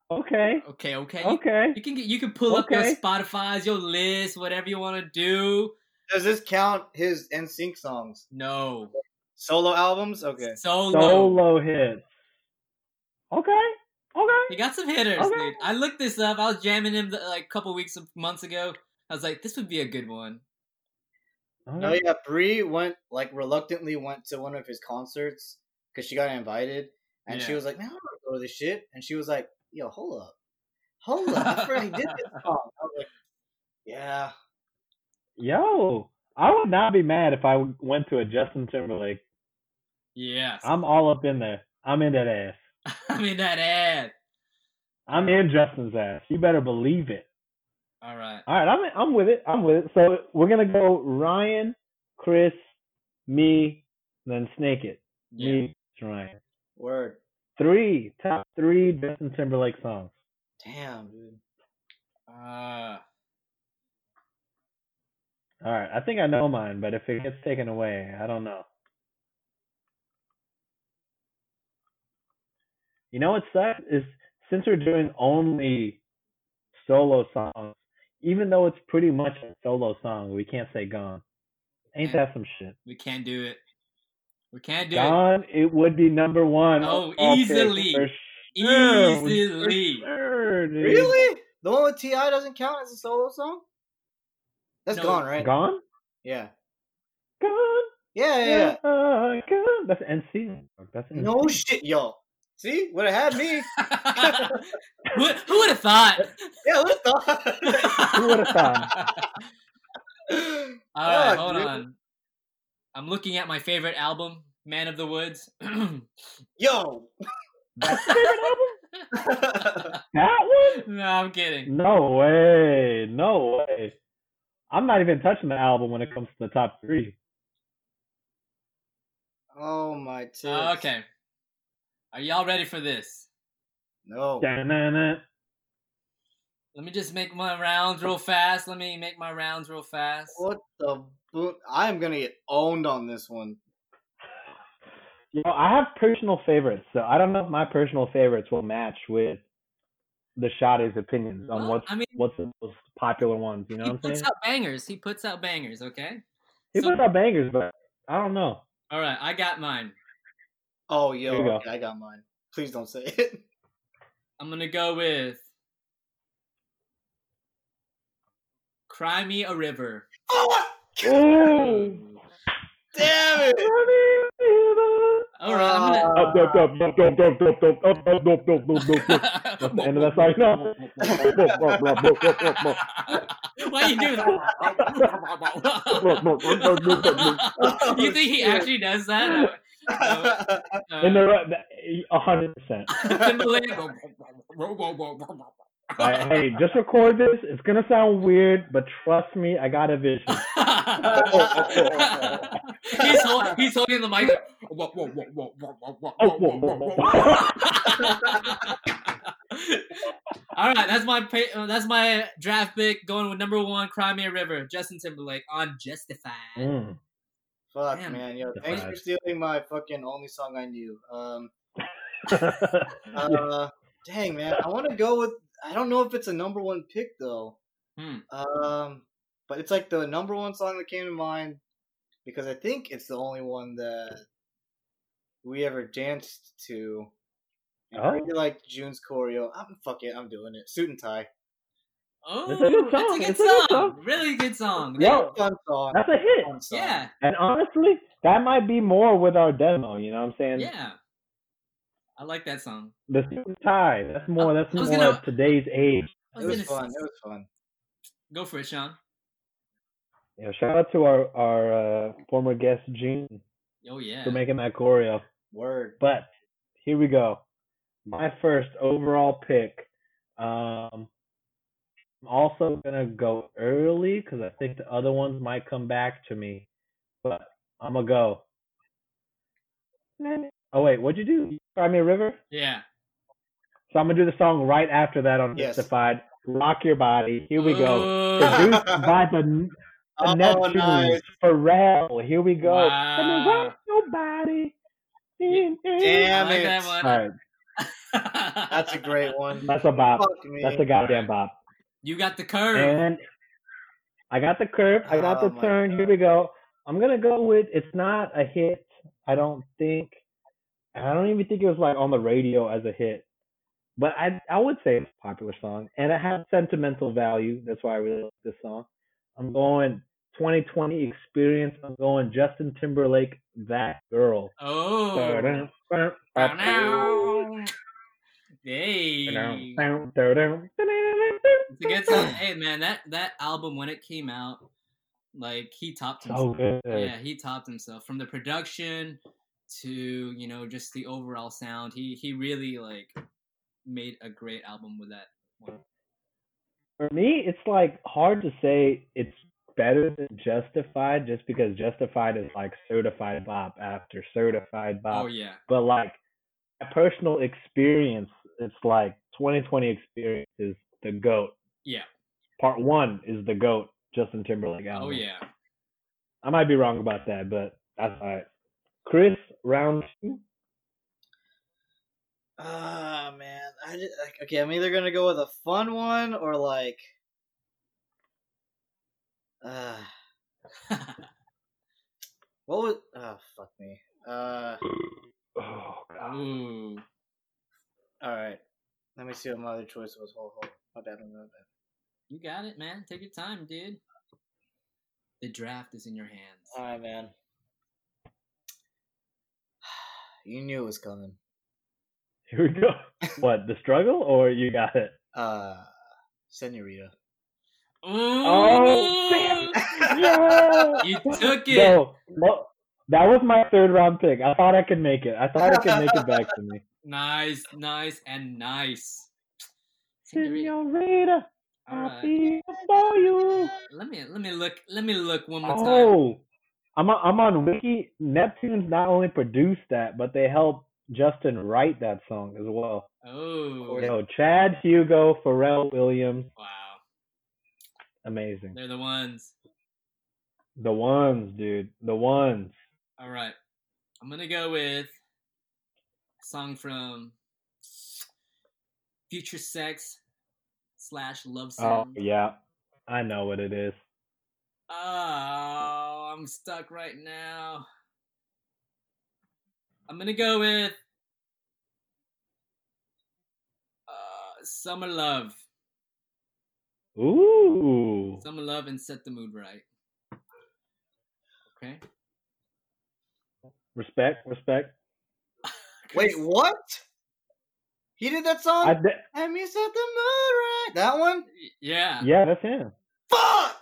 Okay. Okay, okay. You- Okay. You can get, you can pull up your Okay. Spotify's, your list, whatever you want to do. Does this count his NSYNC songs? No. Solo albums? Okay. Solo. Solo hits. Okay. Okay. He got some hitters, Okay. dude. I looked this up. I was jamming him like a couple weeks, months ago. I was like, this would be a good one. No, Oh, yeah, Brie went like reluctantly went to one of his concerts because she got invited, and she Yeah. was like, "Man, I don't want to go to this shit." And she was like, "Yo, hold up, hold up, I already did this song." I was like, "Yeah, Yo, I would not be mad if I went to a Justin Timberlake. Yes. [LAUGHS] I'm all up in there. I'm in that ass. I'm in that ad. I'm in Justin's ass. You better believe it. All right. All right, I'm I'm with it. I'm with it. So we're gonna go Ryan, Chris, me, then Snake it. Yeah. Me, Ryan. word, Three top three Justin Timberlake songs. damn, dude." Uh, All right, I think I know mine, but if it gets taken away, I don't know. You know what sucks is since we're doing only solo songs, even though it's pretty much a solo song, we can't say gone. Ain't that some shit? we can't do it. We can't do Gone, it would be number one. Oh, overall pick easily. for it. sure, for Easily. sure, dude. Really? The one with Ti doesn't count as a solo song? That's No. gone, right? Gone, Yeah. gone, Yeah, yeah. yeah. yeah, gone. That's NC. That's NC. No shit, yo. See, would have had [LAUGHS] me. [LAUGHS] who who would have [LAUGHS] thought? yeah, what thought? [LAUGHS] Who would've thought? All right, Fuck, hold dude. on. I'm looking at my favorite album, Man of the Woods. [CLEARS THROAT] Yo. [LAUGHS] That one. no, I'm Mm, kidding. Uh, No way. No way. I'm not even touching the album when it comes to the top three. oh my tits. Okay. Are y'all ready for this? No. Da-na-na. Let me just make my rounds real fast. Let me make my rounds real fast. What the bo- I am gonna get owned on this one. You know, I have personal favorites, so I don't know if my personal favorites will match with the Shotty's opinions on Well, what's I mean- what's the most popular ones. You know he what I'm puts saying? out bangers. He puts out bangers, okay? he so- puts out bangers, but I don't know. All right, I got mine. Oh There yo, you go. okay, I got mine. Please don't say it. [LAUGHS] I'm gonna go with "Cry Me a River." Oh Ooh. damn it! All right, I'm gonna. Up, up, up, up, up, up, up, up, up, up, up, up, up, up, up. That's the end of that song. No. [LAUGHS] Why you do that? [LAUGHS] you think he actually does that? [LAUGHS] Uh, In the [LAUGHS] Oh, ru- a hundred percent. [LAUGHS] Timberlake. oh, Like, hey, just record this. It's gonna sound weird, but trust me, I got a vision. [LAUGHS] oh, he's, hold, he's holding the mic. Oh, All right, that's my pa- uh, that's my draft pick. Going with number one, "Cry Me a River," Justin Timberlake on "Justified." [LAUGHS] Mm. Fuck Damn. man, yo, That's thanks for nice. stealing my fucking only song I knew. Um, uh, dang man, I want to go with. I don't know if it's a number one pick though. Hmm. Um, but it's like the number one song that came to mind because I think it's the only one that we ever danced to. And I Oh. really like June's choreo. I'm fuck it, I'm doing it. Suit and tie. Oh, It's a good that's a song, good it's a good song. song. Really good song. Yo, Fun song. that's a hit. Fun song. Yeah, And honestly, that might be more with our demo. You know what I'm saying? yeah. I like that song. The suit and tie. That's more. That's I was more gonna- of today's age. I It was gonna fun. It s- was fun. Go for it, Sean. You know, shout out to our our uh, former guest Gene Oh yeah. for making that choreo. Word. But here we go. My first overall pick. Um, I'm also gonna go early because I think the other ones might come back to me. But I'm gonna go. Oh wait, what'd you do? You Cry me a river. Yeah. So I'm gonna do the song right after that on Yes. Justified. Rock your body. Here we [LAUGHS] go. Ooh, Produced by the, the Oh, Neptunes. nice. Pharrell. Here we go. Wow. And then rock your body. I Damn like it. that All one. [LAUGHS] right, That's a great one. that's a bop. Fuck me. That's a goddamn bop. You got the curve. And I got the curve. I got Oh the my turn. Here we go. I'm gonna go with it's not a hit. I don't think. I don't even think it was like on the radio as a hit, but I I would say it's a popular song and it has sentimental value. That's why I really like this song. I'm going 2020 experience. I'm going Justin Timberlake, that girl. Oh. Hey. It's a good song. Hey man, that that album when it came out, like he topped So himself. good. Yeah, he topped himself from the production to you know just the overall sound. He he really like made a great album with that. One. for me, it's like hard to say it's better than Justified just because Justified is like certified bop after certified bop. Oh yeah, But like my personal experience, it's like 2020 experience is the goat. Yeah. Part one is the goat Justin Timberlake album. oh yeah. I might be wrong about that, but that's all right. Chris, round oh, two. Ah man, I just, like, okay. I'm either gonna go with a fun one or like, uh, [LAUGHS] what was? Oh fuck me. Uh, Oh, God. Ooh, all right. Let me see what my other choice was. Hold, hold. My bad. My bad. you got it, man. Take your time, dude. The draft is in your hands. All right, man. [SIGHS] You knew it was coming. Here we [LAUGHS] go. What, the struggle or you got it? Uh, Senorita. [LAUGHS] Uh, Oh, Ooh. damn. Yeah. You took it. No, no, that was my third round pick. I thought I could make it. I thought I could make it back to me. Nice, nice, and nice. All Senorita, I right. feel for you. Let me let me look let me look one more time. Oh, I'm on, I'm on Wiki. Neptune's not only produced that, but they helped Justin write that song as well. Oh, Yo, Chad Hugo, Pharrell Williams, wow. amazing. They're the ones. The ones, dude. The ones. All right. I'm going to go with a song from Future Sex slash Love Oh Sound. yeah, I know what it is. Oh, I'm stuck right now. I'm going to go with uh, Summer Love. Ooh. Summer Love and Set the Mood Right. Okay. Respect, respect. Wait, what? He did that song? I bet- And me set the mood right. That one? Yeah. yeah, that's him. Fuck!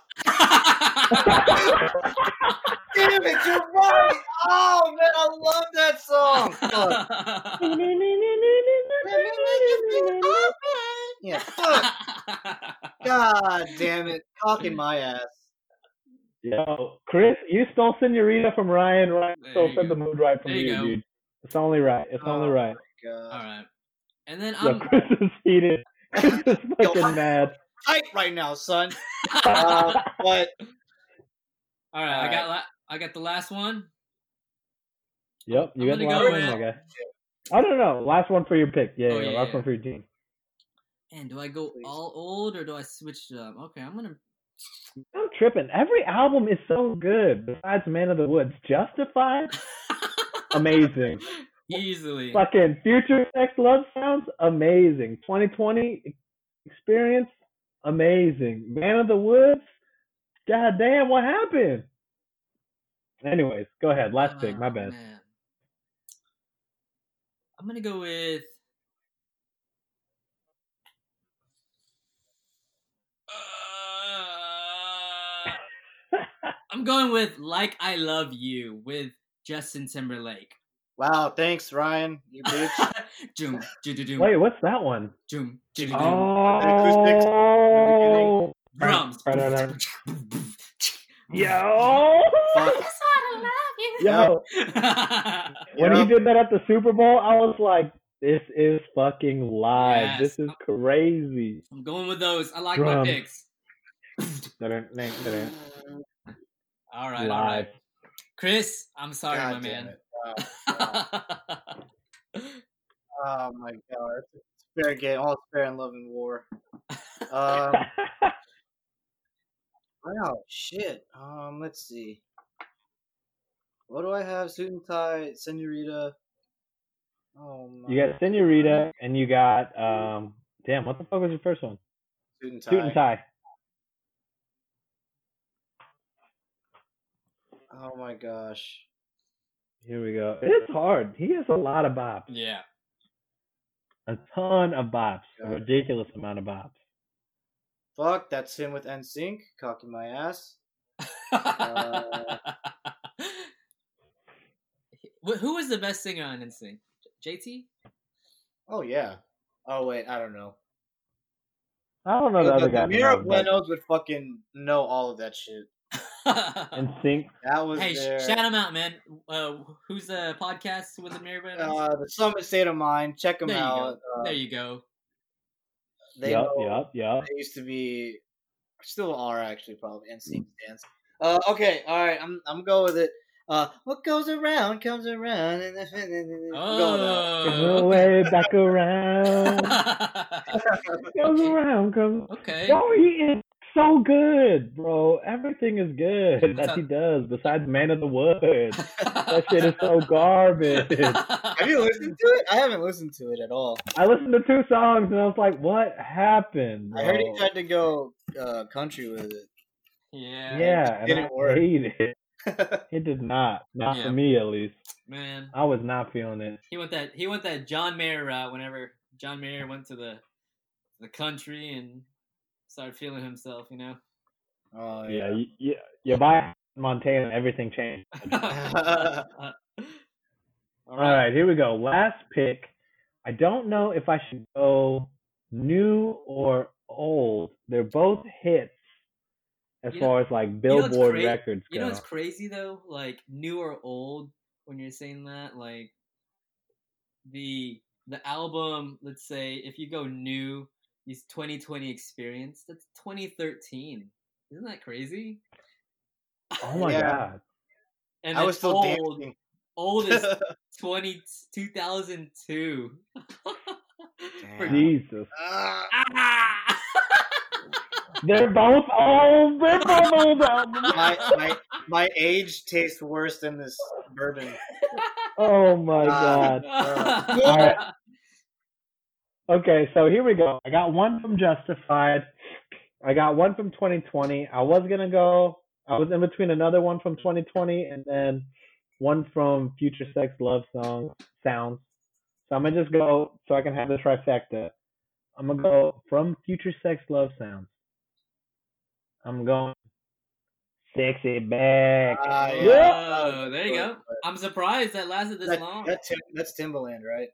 Damn it, you're right! Oh man, I love that [LAUGHS] song! Fuck. yeah, fuck! God damn it. Cocking my ass. Yo, Chris, you stole Senorita from Ryan. Ryan There stole you Set go. the Mood Right from There you you, go. dude. It's only right. It's only Oh, right. [LAUGHS] All God. right. And then um, Yo, I'm Chris is heated. [LAUGHS] Chris [LAUGHS] is Yo, fucking mad. Tight right now, son. Uh, but all right. I got la- I got the last one. Yep, you I'm got the gonna last go one, with- my guy. I don't know. Last one for your pick. Yeah, Oh, yeah, yeah, last yeah. one for your team. And do I go Please. all old or do I switch it up? Okay, I'm gonna. [LAUGHS] I'm tripping. Every album is so good. Besides Man of the Woods, Justified, amazing. Easily. Fucking future sex love sounds amazing. 2020 experience amazing. Man of the Woods. God damn, what happened? Anyways, go ahead. Last pick. My Oh, bad. man. I'm gonna go [LAUGHS] with. Uh, I'm going with "Like I Love You" with Justin Timberlake. wow, thanks, Ryan. You bitch. Doom, do do Uh, doom, Wait, what's that one? doom, do do doom. acoustics Oh, Drums. yo, Fuck. yo. When he Yep. did that at the Super Bowl, I was like, "This is fucking live. Yes. This is crazy." [LAUGHS] I'm going with those. I like my Drums. picks. Live. All right, all right. [LAUGHS] Chris, I'm sorry, God my damn man. it. Wow. [LAUGHS] Oh my god. Fair game. All is fair in love and war. Um, Wow, shit. Um, let's see. What do I have? Suit and tie, senorita. Oh my. You got Senorita, and you got um. Damn, what the fuck was your first one? suit and tie. Suit and tie. Oh my gosh. Here we go. It's hard. He has a lot of bops, Yeah. a ton of bops, a Yeah. ridiculous amount of bops. Fuck, that's him with NSYNC, cocking my ass. Uh. [LAUGHS] Wh- Who was the best singer on NSYNC? JT? Oh yeah. Oh wait, I don't know. I don't know the other guy. Mira from Oz, but- Buenos would fucking know all of that shit. And sync. That was [LAUGHS] hey, their, sh- shout him out, man. Uh, who's the podcast with the Mirror Brothers? uh, the Summit State of Mind. Check them There you go. out. Uh, there you go. they yup, know- yup, [LAUGHS] yup. They used to be, still are actually probably Mm. NSYNC fans. Uh, okay, all right, I'm I'm go with it. Uh, what goes around comes around. And, and, and, and, I'm going with that. Go Oh, away, back around. Goes Okay. around, [LAUGHS] comes. [LAUGHS] okay. No, he is so good, bro. Everything is good What's that up? he does. Besides Man of the Woods, that shit is so garbage. Have you listened to it? I haven't listened to it at all. I listened to two songs and I was like, "What happened?" I heard he bro?" tried to go uh, country with it. [LAUGHS] Yeah, Yeah, and didn't I work. hated it. It did not, not Yeah. for me at least. man. I was not feeling it. He went that he went that John Mayer route. Whenever John Mayer went to the the country and started feeling himself, you know. [LAUGHS] [LAUGHS] Oh [LAUGHS] Yeah, you, you, you buy Montana, everything changed. yeah. All right, here we go. Last pick. I don't know if I should go new or old. They're both hits as You know- far as like know what's Billboard cra- records You know go. what's crazy though? Like new or old when you're saying that, like the the album, let's say if you go new, is twenty twenty experience, that's twenty thirteen. Isn't that crazy? oh my Yeah. god. And I was then still [LAUGHS] old dancing. old [LAUGHS] is 20, 2002. [LAUGHS] Damn. Jesus. Ah, Ah! They're both old. They're [LAUGHS] both old albums. my my my age tastes worse than this bourbon. Oh my Ah. god. Alright. Okay, so here we go. I got one from Justified. I got one from 2020. I was gonna go. I was in between another one from 2020 and then one from Future Sex Love Song Sounds. So I'm gonna just go so I can have the trifecta. I'm gonna go from Future Sex Love Sounds. I'm going sexy back. Ah, yeah. Whoa, there you go. I'm surprised that lasted this That- long. that's Tim, that's Timbaland, right?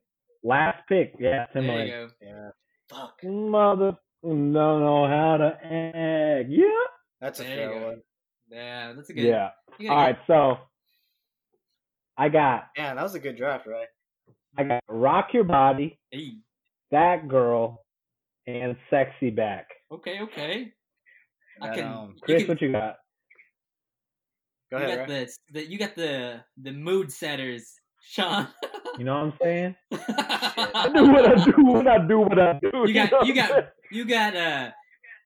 Last pick, yeah, there Timberlake. you go. Fuck, Mother don't know how to act. Yeah. that's a There you fair go. one. Yeah, that's a good. Yeah. you got All a right, so I got Man, that was a good draft, right? I got rock your body, good- Hey, that girl, and sexy back. okay, okay. I Right can. on. You, Chris, can, what you got? Um, Go you ahead, got right? the, the you got the the mood setters, Sean. You know what I'm [LAUGHS] saying? I do you what I do when I do what I do. know got what you I'm got saying? [LAUGHS] you got uh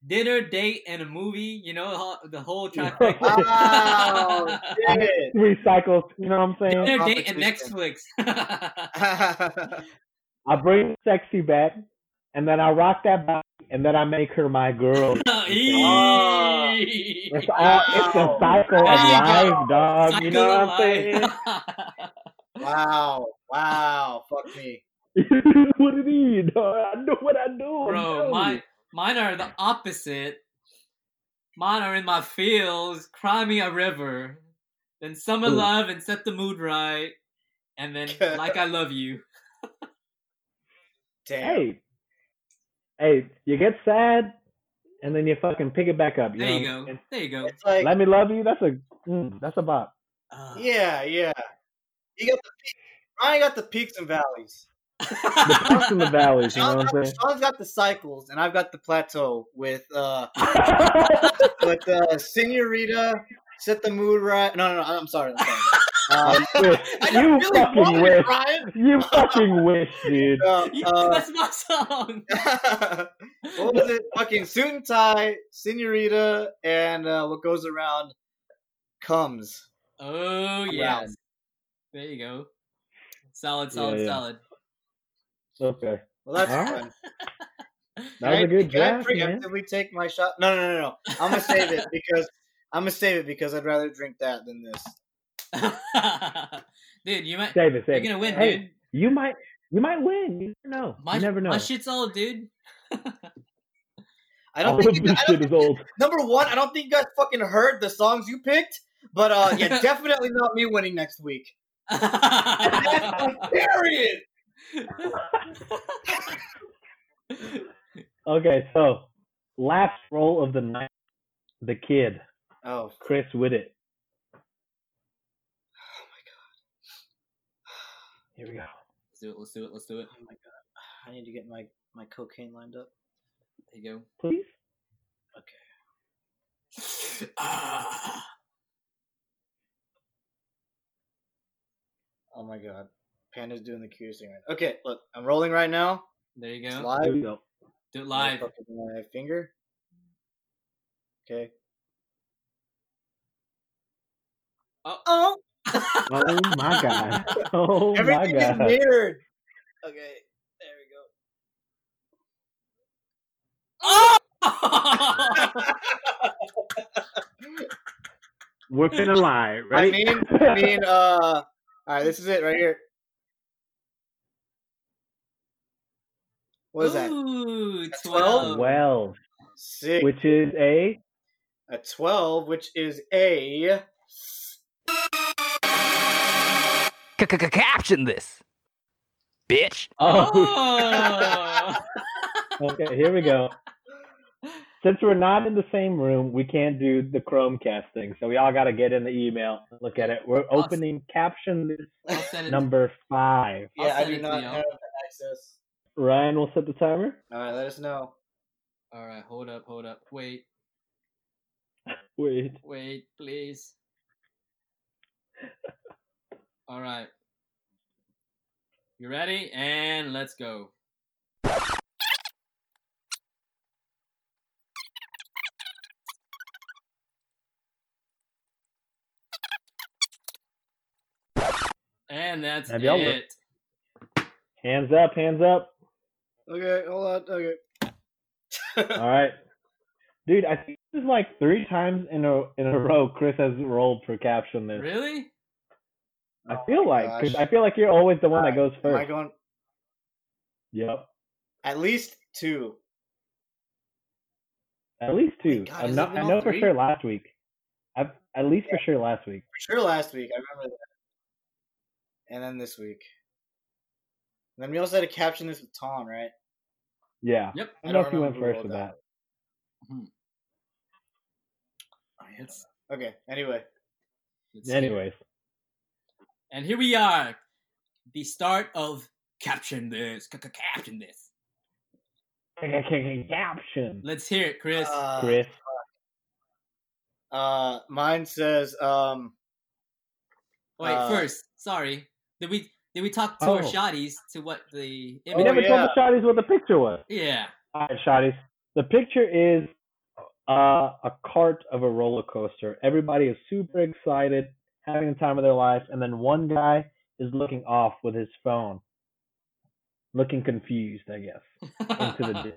dinner, date, and a movie. You know ho- the whole Yeah. [LAUGHS] trifecta. Oh, shit. three cycles. You know what I'm saying? [LAUGHS] dinner, date, and Netflix. Competition. [LAUGHS] [LAUGHS] I bring sexy back, and then I rock that body, and then I make her [LAUGHS] my girl. Oh, Eee. It's all it's a Wow. cycle of There you go. life, dog. you know what I'm saying? Oh, [LAUGHS] Cycle [LAUGHS] wow, wow, fuck me. It is what it is, dog. I know what I do. I'm telling Bro, you. mine, mine are the opposite. Mine are in my fields, cry me a river, then summer Ooh. love and set the mood right, and [LAUGHS] then like I love you. Damn. Hey, hey, you get sad, and then you fucking pick it back up. You There know you what I'm go. saying? There you go. It's like, Let me love you. That's a mm, that's [LAUGHS] a bop. Ah. [LAUGHS] yeah, yeah. You got the peak. I got the peaks and valleys. The peaks and the valleys. You know Sean's what I'm got, saying? Sean's got the cycles, and I've got the plateau with uh with uh, Senorita, set the mood right. No, no, no. I'm sorry. I'm sorry. Um, [LAUGHS] Wish. I don't You really fucking Ryan. wish. You fucking wish, dude. No, [LAUGHS] Yeah, uh, that's my song. [LAUGHS] what was it? Fucking suit and tie, senorita, and uh, what goes around comes. Oh yes. There you go. Solid, solid, Yeah, yeah. solid. Okay. Well, that's Alright. fun. That was a good can I draft, man. preemptively take my shot? No, no, no, no. I'm gonna save it because I'm gonna save it because I'd rather drink that than this. [LAUGHS] dude, you might Save it, you're save gonna it. win, Hey, dude. you might you might win. You never know. My, you never know. my shit's old, [LAUGHS] dude. [LAUGHS] I All don't of think you, this I shit don't, is old. number one. I don't think you guys fucking heard the songs you picked. But uh, [LAUGHS] yeah, definitely not me winning next week. Period. Okay, so last roll of the night, the kid Oh, Chris [SIGHS] Whitted. Here we go. let's do it. Let's do it. Let's do it. I need to get my my cocaine lined up. There you Please. [SIGHS] go. Ah. Oh my god, Panda's doing the cutest thing right now. Okay, look, I'm rolling right now. There you It's go. live. Here we go. Do it I'm gonna live. fucking use My finger. Okay. Oh. oh. Oh [LAUGHS] my god. Oh my [LAUGHS] Everything is god. mirrored. Okay, there we go. Oh! We're finna lie, I right? [LAUGHS] mean, I mean, uh, all right, this is it right here. What is that? Ooh, That's 12. twelve, Six. which is a a 12, which is a. Caption this, bitch. oh. Oh. Okay, here we go. Since we're not in the same room, we can't do the Chromecast thing. So we all got to get in the email and look at it. We're opening caption list [LAUGHS] I'll send it. number five. I'll Yeah, I send it do to not y'all. have access. Ryan will set the timer. All right, let us know. All right, hold up, hold up. Wait, Wait. wait, please. All right. You ready? And let's go. And that's Have y'all looked? it. Hands up, hands up. Okay, hold on. Okay. All right. Dude, I think this is like three times in a in a row Chris has rolled for caption list. Really? I feel like Oh gosh. 'cause I feel like you're always the one that goes Am first. I going Yep. at least two? At least two. God, I'm has it not, been I all know for three? sure last week. I've, at least for sure last week. For sure, last week. I remember that. And then this week. And then we also had to caption this with Tom, right? Yeah. Yep. I don't know if you remember went first who rolled with that. It's- Okay, anyway. it's here. Anyways, [LAUGHS] And here we are, the start of Caption This. c- c- Caption This. caption. Let's hear it, Chris. Uh, Chris, Uh, mine says, um, Wait, uh, first, sorry. Did we did we talk to our Oh. shotties to what the we oh, never yeah. told the shotties what the picture was. Yeah. All right, shotties. The picture is uh, a cart of a roller coaster. Everybody is super excited, having the time of their life, and then one guy is looking off with his phone, looking confused. I guess [LAUGHS] Into the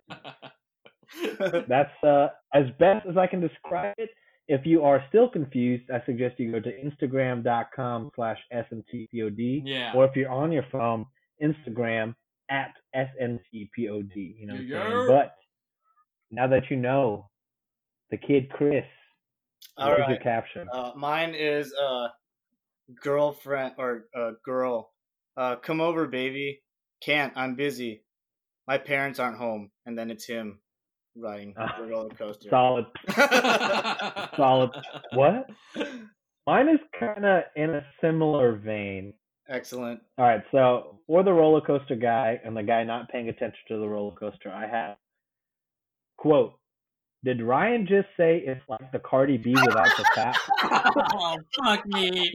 that's uh, as best as I can describe it. If you are still confused, I suggest you go to Instagram.com/smtpod. slash SMTPOD. [LAUGHS] yeah. or if you're on your phone, Instagram at SNTPOD. You know what I'm Yeah. saying? But now that you know, the kid Chris, all what was right. your caption? Uh, mine is uh, girlfriend or uh, girl. Uh, come over, baby. Can't. I'm busy. My parents aren't home. And then it's him [LAUGHS] riding the Ah, roller coaster. Solid. Solid. What? Mine is kind of in a similar vein. [LAUGHS] Excellent. All right, so for the roller coaster guy and the guy not paying attention to the roller coaster, I have quote Did Ryan just say it's like the Cardi B without the [LAUGHS] fat? [LAUGHS] oh, fuck me. [LAUGHS]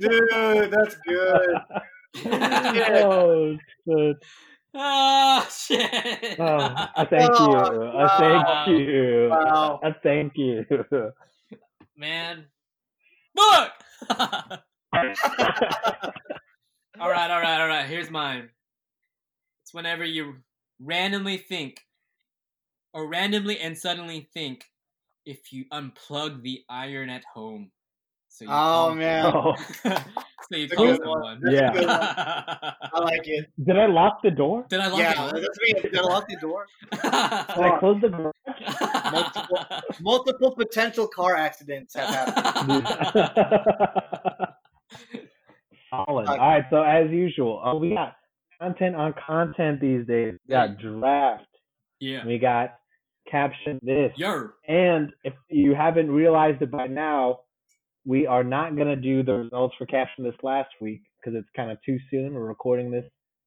Dude, that's good. oh, oh, shit. shit. Oh, [LAUGHS] I thank Oh, you. I wow. thank you. Wow. I thank [LAUGHS] you. [LAUGHS] Man. Fuck! [LAUGHS] all right, all right, all right. Here's mine. It's whenever you randomly think, or randomly and suddenly think, if you unplug the iron at home. So you [LAUGHS] Oh call- man, oh, [LAUGHS] so you That's a call good one. someone. That's a Yeah. good one. I like it. did I lock the door? [LAUGHS] Did I lock yeah, it? that's me. Did I lock the door? Did I close the [LAUGHS] door? Multiple- Multiple potential car accidents have [LAUGHS] happened. Solid. All right. So as usual, oh, we got content on content these days. We got draft. yeah. We got caption this. Yo. And if you haven't realized it by now, we are not going to do the results for caption this last week because it's kind of too soon. We're recording this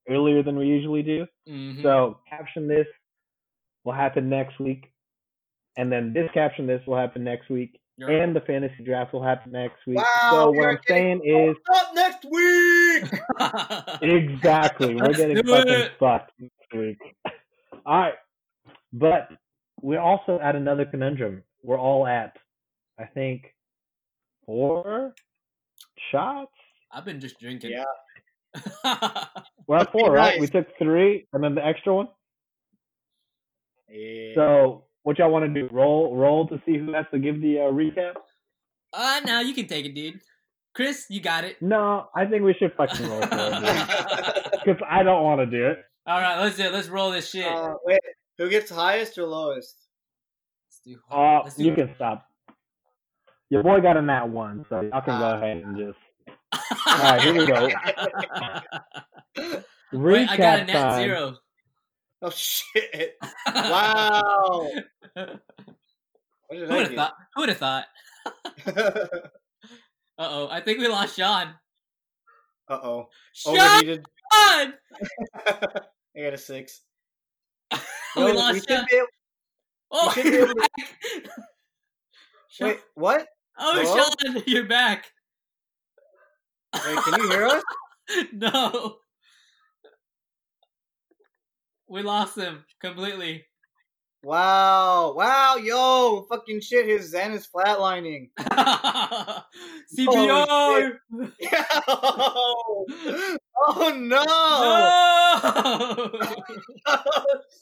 earlier than we usually do. Mhm. So caption this will happen next week. And then this caption this will happen next week. Yo. And the fantasy draft will happen next week. Wow, so we what are I'm saying is Up next week. exactly. We're Let's getting do fucking it. fucked next week. all right. But we're also at another conundrum. We're all at, I think, four shots. [LAUGHS] I've been just drinking. Yeah. We're at That'd be four, right? nice. We took three and then the extra one. Yeah. So what y'all want to do? Roll, roll to see who has to give the uh, recap. [LAUGHS] uh, now you can take it, dude. Chris, you got it. No, I think we should fucking roll for it because I don't want to do it. All right, let's do it. Let's roll this shit. [LAUGHS] Uh, wait, who gets highest or lowest? let's do, Uh, let's do you can stop. Your boy got a nat one, so y'all can go ahead and just All [LAUGHS] right, here we go. Recap [LAUGHS] Wait, I got a net time. zero. Oh shit! Wow. What did [LAUGHS] Who would have I thought? Who would have thought? get? [LAUGHS] Uh oh, I think we lost Sean. uh oh. Sean! Overheated. [LAUGHS] I got a six. [LAUGHS] we No, we lost should Sean. be able, Oh, should be you're [LAUGHS] able back. Sean- [LAUGHS] wait, what? Oh, hello? Sean, [LAUGHS] you're back. Wait, can you hear us? no. We lost him completely. [LAUGHS] Wow! Wow! Yo! Fucking shit! His Zen is flatlining. [LAUGHS] CPR! Yo! Oh no! No! Oh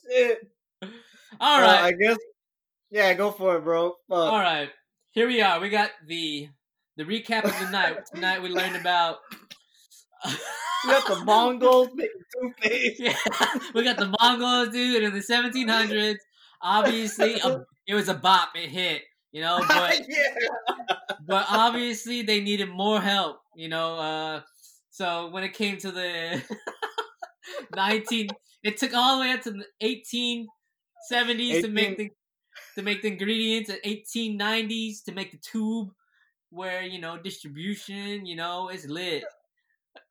shit! [LAUGHS] All Well, Oh, I right, guess. Yeah, go for it, bro. Fuck. all right. Here we are. We got the the recap of the night. Tonight we learned about. You got the Mongols making two face. Yeah, [LAUGHS] we got the Mongols, dude, in the 1700s. Obviously, a- it was a bop. It hit, you [LAUGHS] know. But [LAUGHS] yeah. but obviously they needed more help, you know. Uh, so when it came to the [LAUGHS] 19, it took all the way up to the 1870s to make the to make the ingredients, and 1890s to make the tube, where you know distribution, you know, it's lit.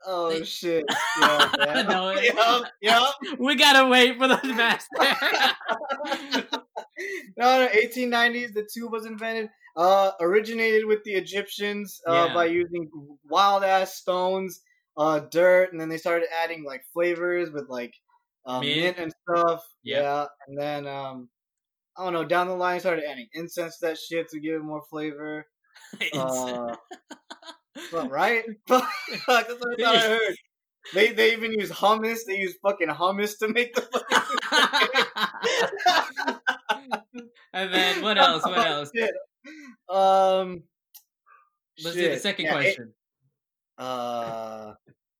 Oh [LAUGHS] shit. Yeah, yeah. No, it- [LAUGHS] Yup, [LAUGHS] yup. We gotta wait [LAUGHS] for the master. [LAUGHS] No, no. 1890s, the tube was invented. Uh, originated with the Egyptians uh, Yeah. by using wild ass stones, uh, dirt, and then they started adding like flavors with like uh, Mint. mint. and stuff. Yep. Yeah, and then um, I don't know. Down the line, started adding incense to that shit to give it more flavor. [LAUGHS] Uh, Well, right? [LAUGHS] Fuck, That's what I thought I heard. They they even use hummus. They use fucking hummus to make the fucking. [LAUGHS] and then what else? [LAUGHS] What else? Shit. Um. Let's do the shit. second Yeah, it- question. [LAUGHS] uh,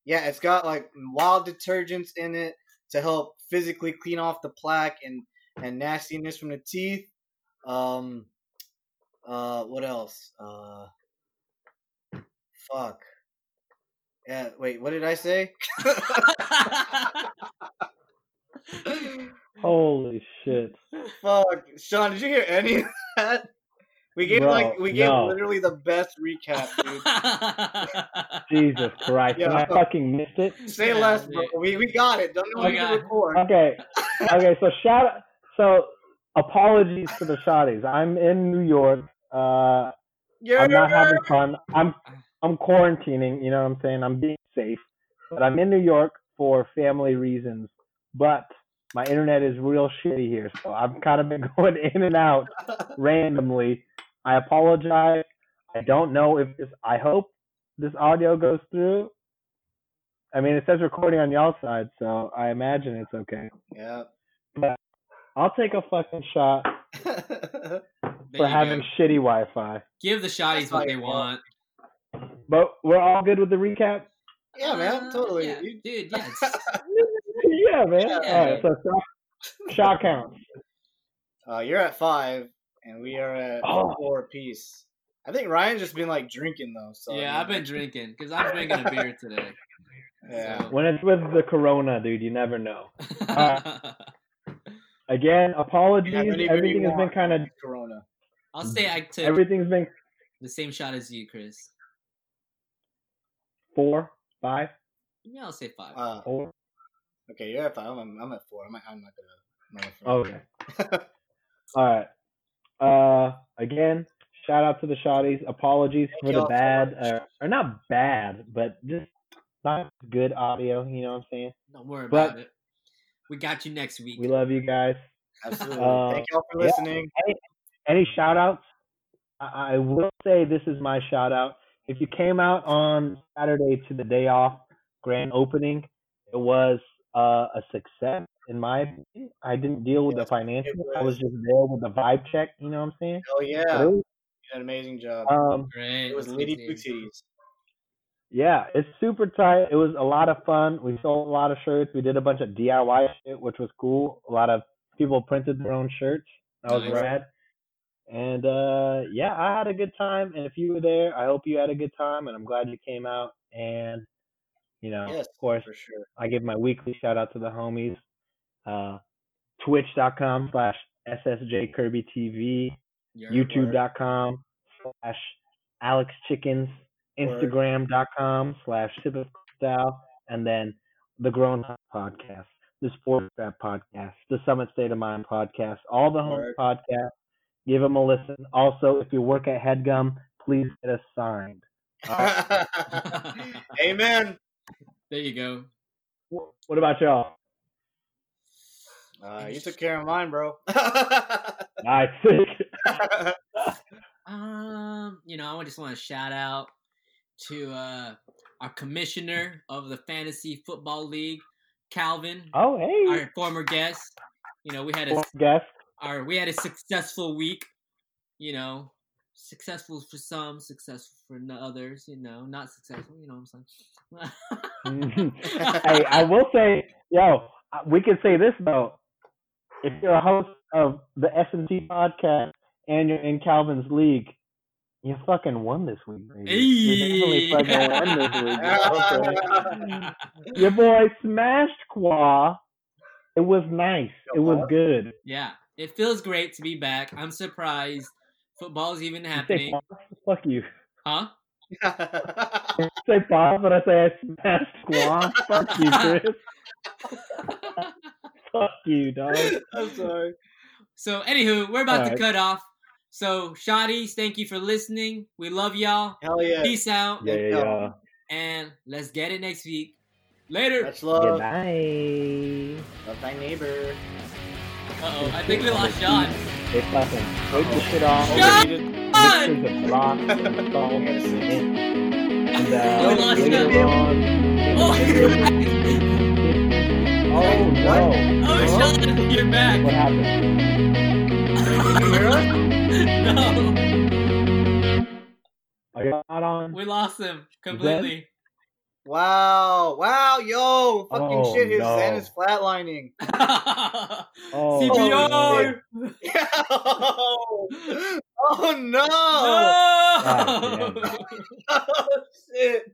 yeah, it's got like wild detergents in it to help physically clean off the plaque and and nastiness from the teeth. Um. Uh, what else? Uh. Fuck. Yeah. Wait. What did I say? [LAUGHS] Holy shit! Fuck, Sean, did you hear any of [LAUGHS] that? We gave Bro, like we gave no. literally the best recap, [LAUGHS] dude. Jesus Christ! Yeah. And I fucking missed it. Say Yeah, less, dude. bro. We we got it. Don't know We how to got it. record. Okay, okay. So shout So apologies to the shotties. I'm in New York. Uh, I'm not [LAUGHS] having fun. I'm I'm quarantining. You know what I'm saying? I'm being safe, but I'm in New York for family reasons. But my internet is real shitty here, so I've kind of been [LAUGHS] going in and out randomly. I apologize. I don't know if this. I hope this audio goes through. I mean, it says recording on y'all side, so I imagine it's okay. yeah. I'll take a fucking shot for having shitty Wi-Fi. Give the shotties what they want. But we're all good with the recap. [LAUGHS] Yeah, man, Uh, totally. yeah, You- [LAUGHS] dude, yeah. it's- yeah, man. Yeah. All right, so shot, shot counts. Uh, you're at five, and we are at Oh. four apiece. I think Ryan's just been like drinking though. So I yeah, I've mean, been drinking because I'm drinking a beer today. [LAUGHS] Yeah. When it's with the corona, dude, you never know. [LAUGHS] Uh, Again, apologies. Have anybody Everything has been want kind of Corona. I'll say I took everything's been the same shot as you, Chris. four, five, Yeah, I'll say five. Uh, four. okay, you're at five. I'm, I'm at four. I'm, I'm not gonna. I'm not [LAUGHS] Okay. All right. Uh, again, shout out to the shotties. Apologies Thank for y'all the so bad, much. uh, or not bad, but just not good audio. You know what I'm saying? Don't worry but- about it. We got you next week. We love you guys. Absolutely. Uh, Thank y'all for yeah. listening. Any shout outs? I-, I will say this is my shout out. If you came out on Saturday to the day off grand opening, it was uh, a success in my opinion. I didn't deal with Yes, the financials. I was. was just there with the vibe check. You know what I'm saying? Oh yeah, But it you was- did an amazing job. um, Great. it was that's Liddy good Two to hear. Uh, T's. Yeah, it's super tight. It was a lot of fun. We sold a lot of shirts. We did a bunch of DIY shit, which was cool. A lot of people printed their own shirts. That was Nice. rad. And uh, yeah, I had a good time. And if you were there, I hope you had a good time. And I'm glad you came out. And you know, Yes, of course, for sure. I give my weekly shout out to the homies. Uh, Twitch.com slash SSJ Kirby TV Your word. youtube.com slash alexchickens Word. instagram.com slash sip of style and then the grown Up podcast the sports Rap podcast the summit state of mind podcast all the home Word. podcasts give them a listen also if you work at headgum please get us signed [LAUGHS] Amen. There you go. Wh- what about y'all Uh, you took care of mine, bro. [LAUGHS] i [LAUGHS] think Um, you know, I just want to shout out to uh our commissioner of the fantasy football league, Calvin, oh hey our former guest. You know, we had a Fourth guest [LAUGHS] our we had a successful week. You know, successful for some, successful for n- others. You know, not successful. You know what I'm saying? hey, I will say, yo, we can say this though. If you're a host of the S and T podcast and you're in Calvin's league, you fucking won this week, baby. You definitely Hey. fucking won this week. [LAUGHS] you know what I'm saying? Your boy smashed Qua. It was nice. It was good. [LAUGHS] yeah, it feels great to be back. I'm surprised football's even You say happening, Qua? Fuck you. [LAUGHS] huh? You say Qua, but I say I smashed Qua. Fuck you, Chris. Uh, Fuck you, dog. I'm sorry. So, anywho, we're about to Alright. cut off. So, Shotties, thank you for listening. We love y'all. Hell yeah. Peace out, Yeah, yeah, yeah. and let's get it next week. Later. Uh Much love. Goodbye. Love thy neighbor. oh, I think we lost Sean. They fucking break the shit off. Shut up! This is a block. And, We uh, lost later him. on- Oh, [LAUGHS] Oh, no. oh Sean, you're back. What happened? [LAUGHS] no, Are you not on? we lost him [LAUGHS] completely. Wow. Wow. Yo. Fucking Oh, shit. His no. Zen is flatlining. [LAUGHS] Oh, CPR. oh no. No! God Ah, damn. Oh, [LAUGHS] shit.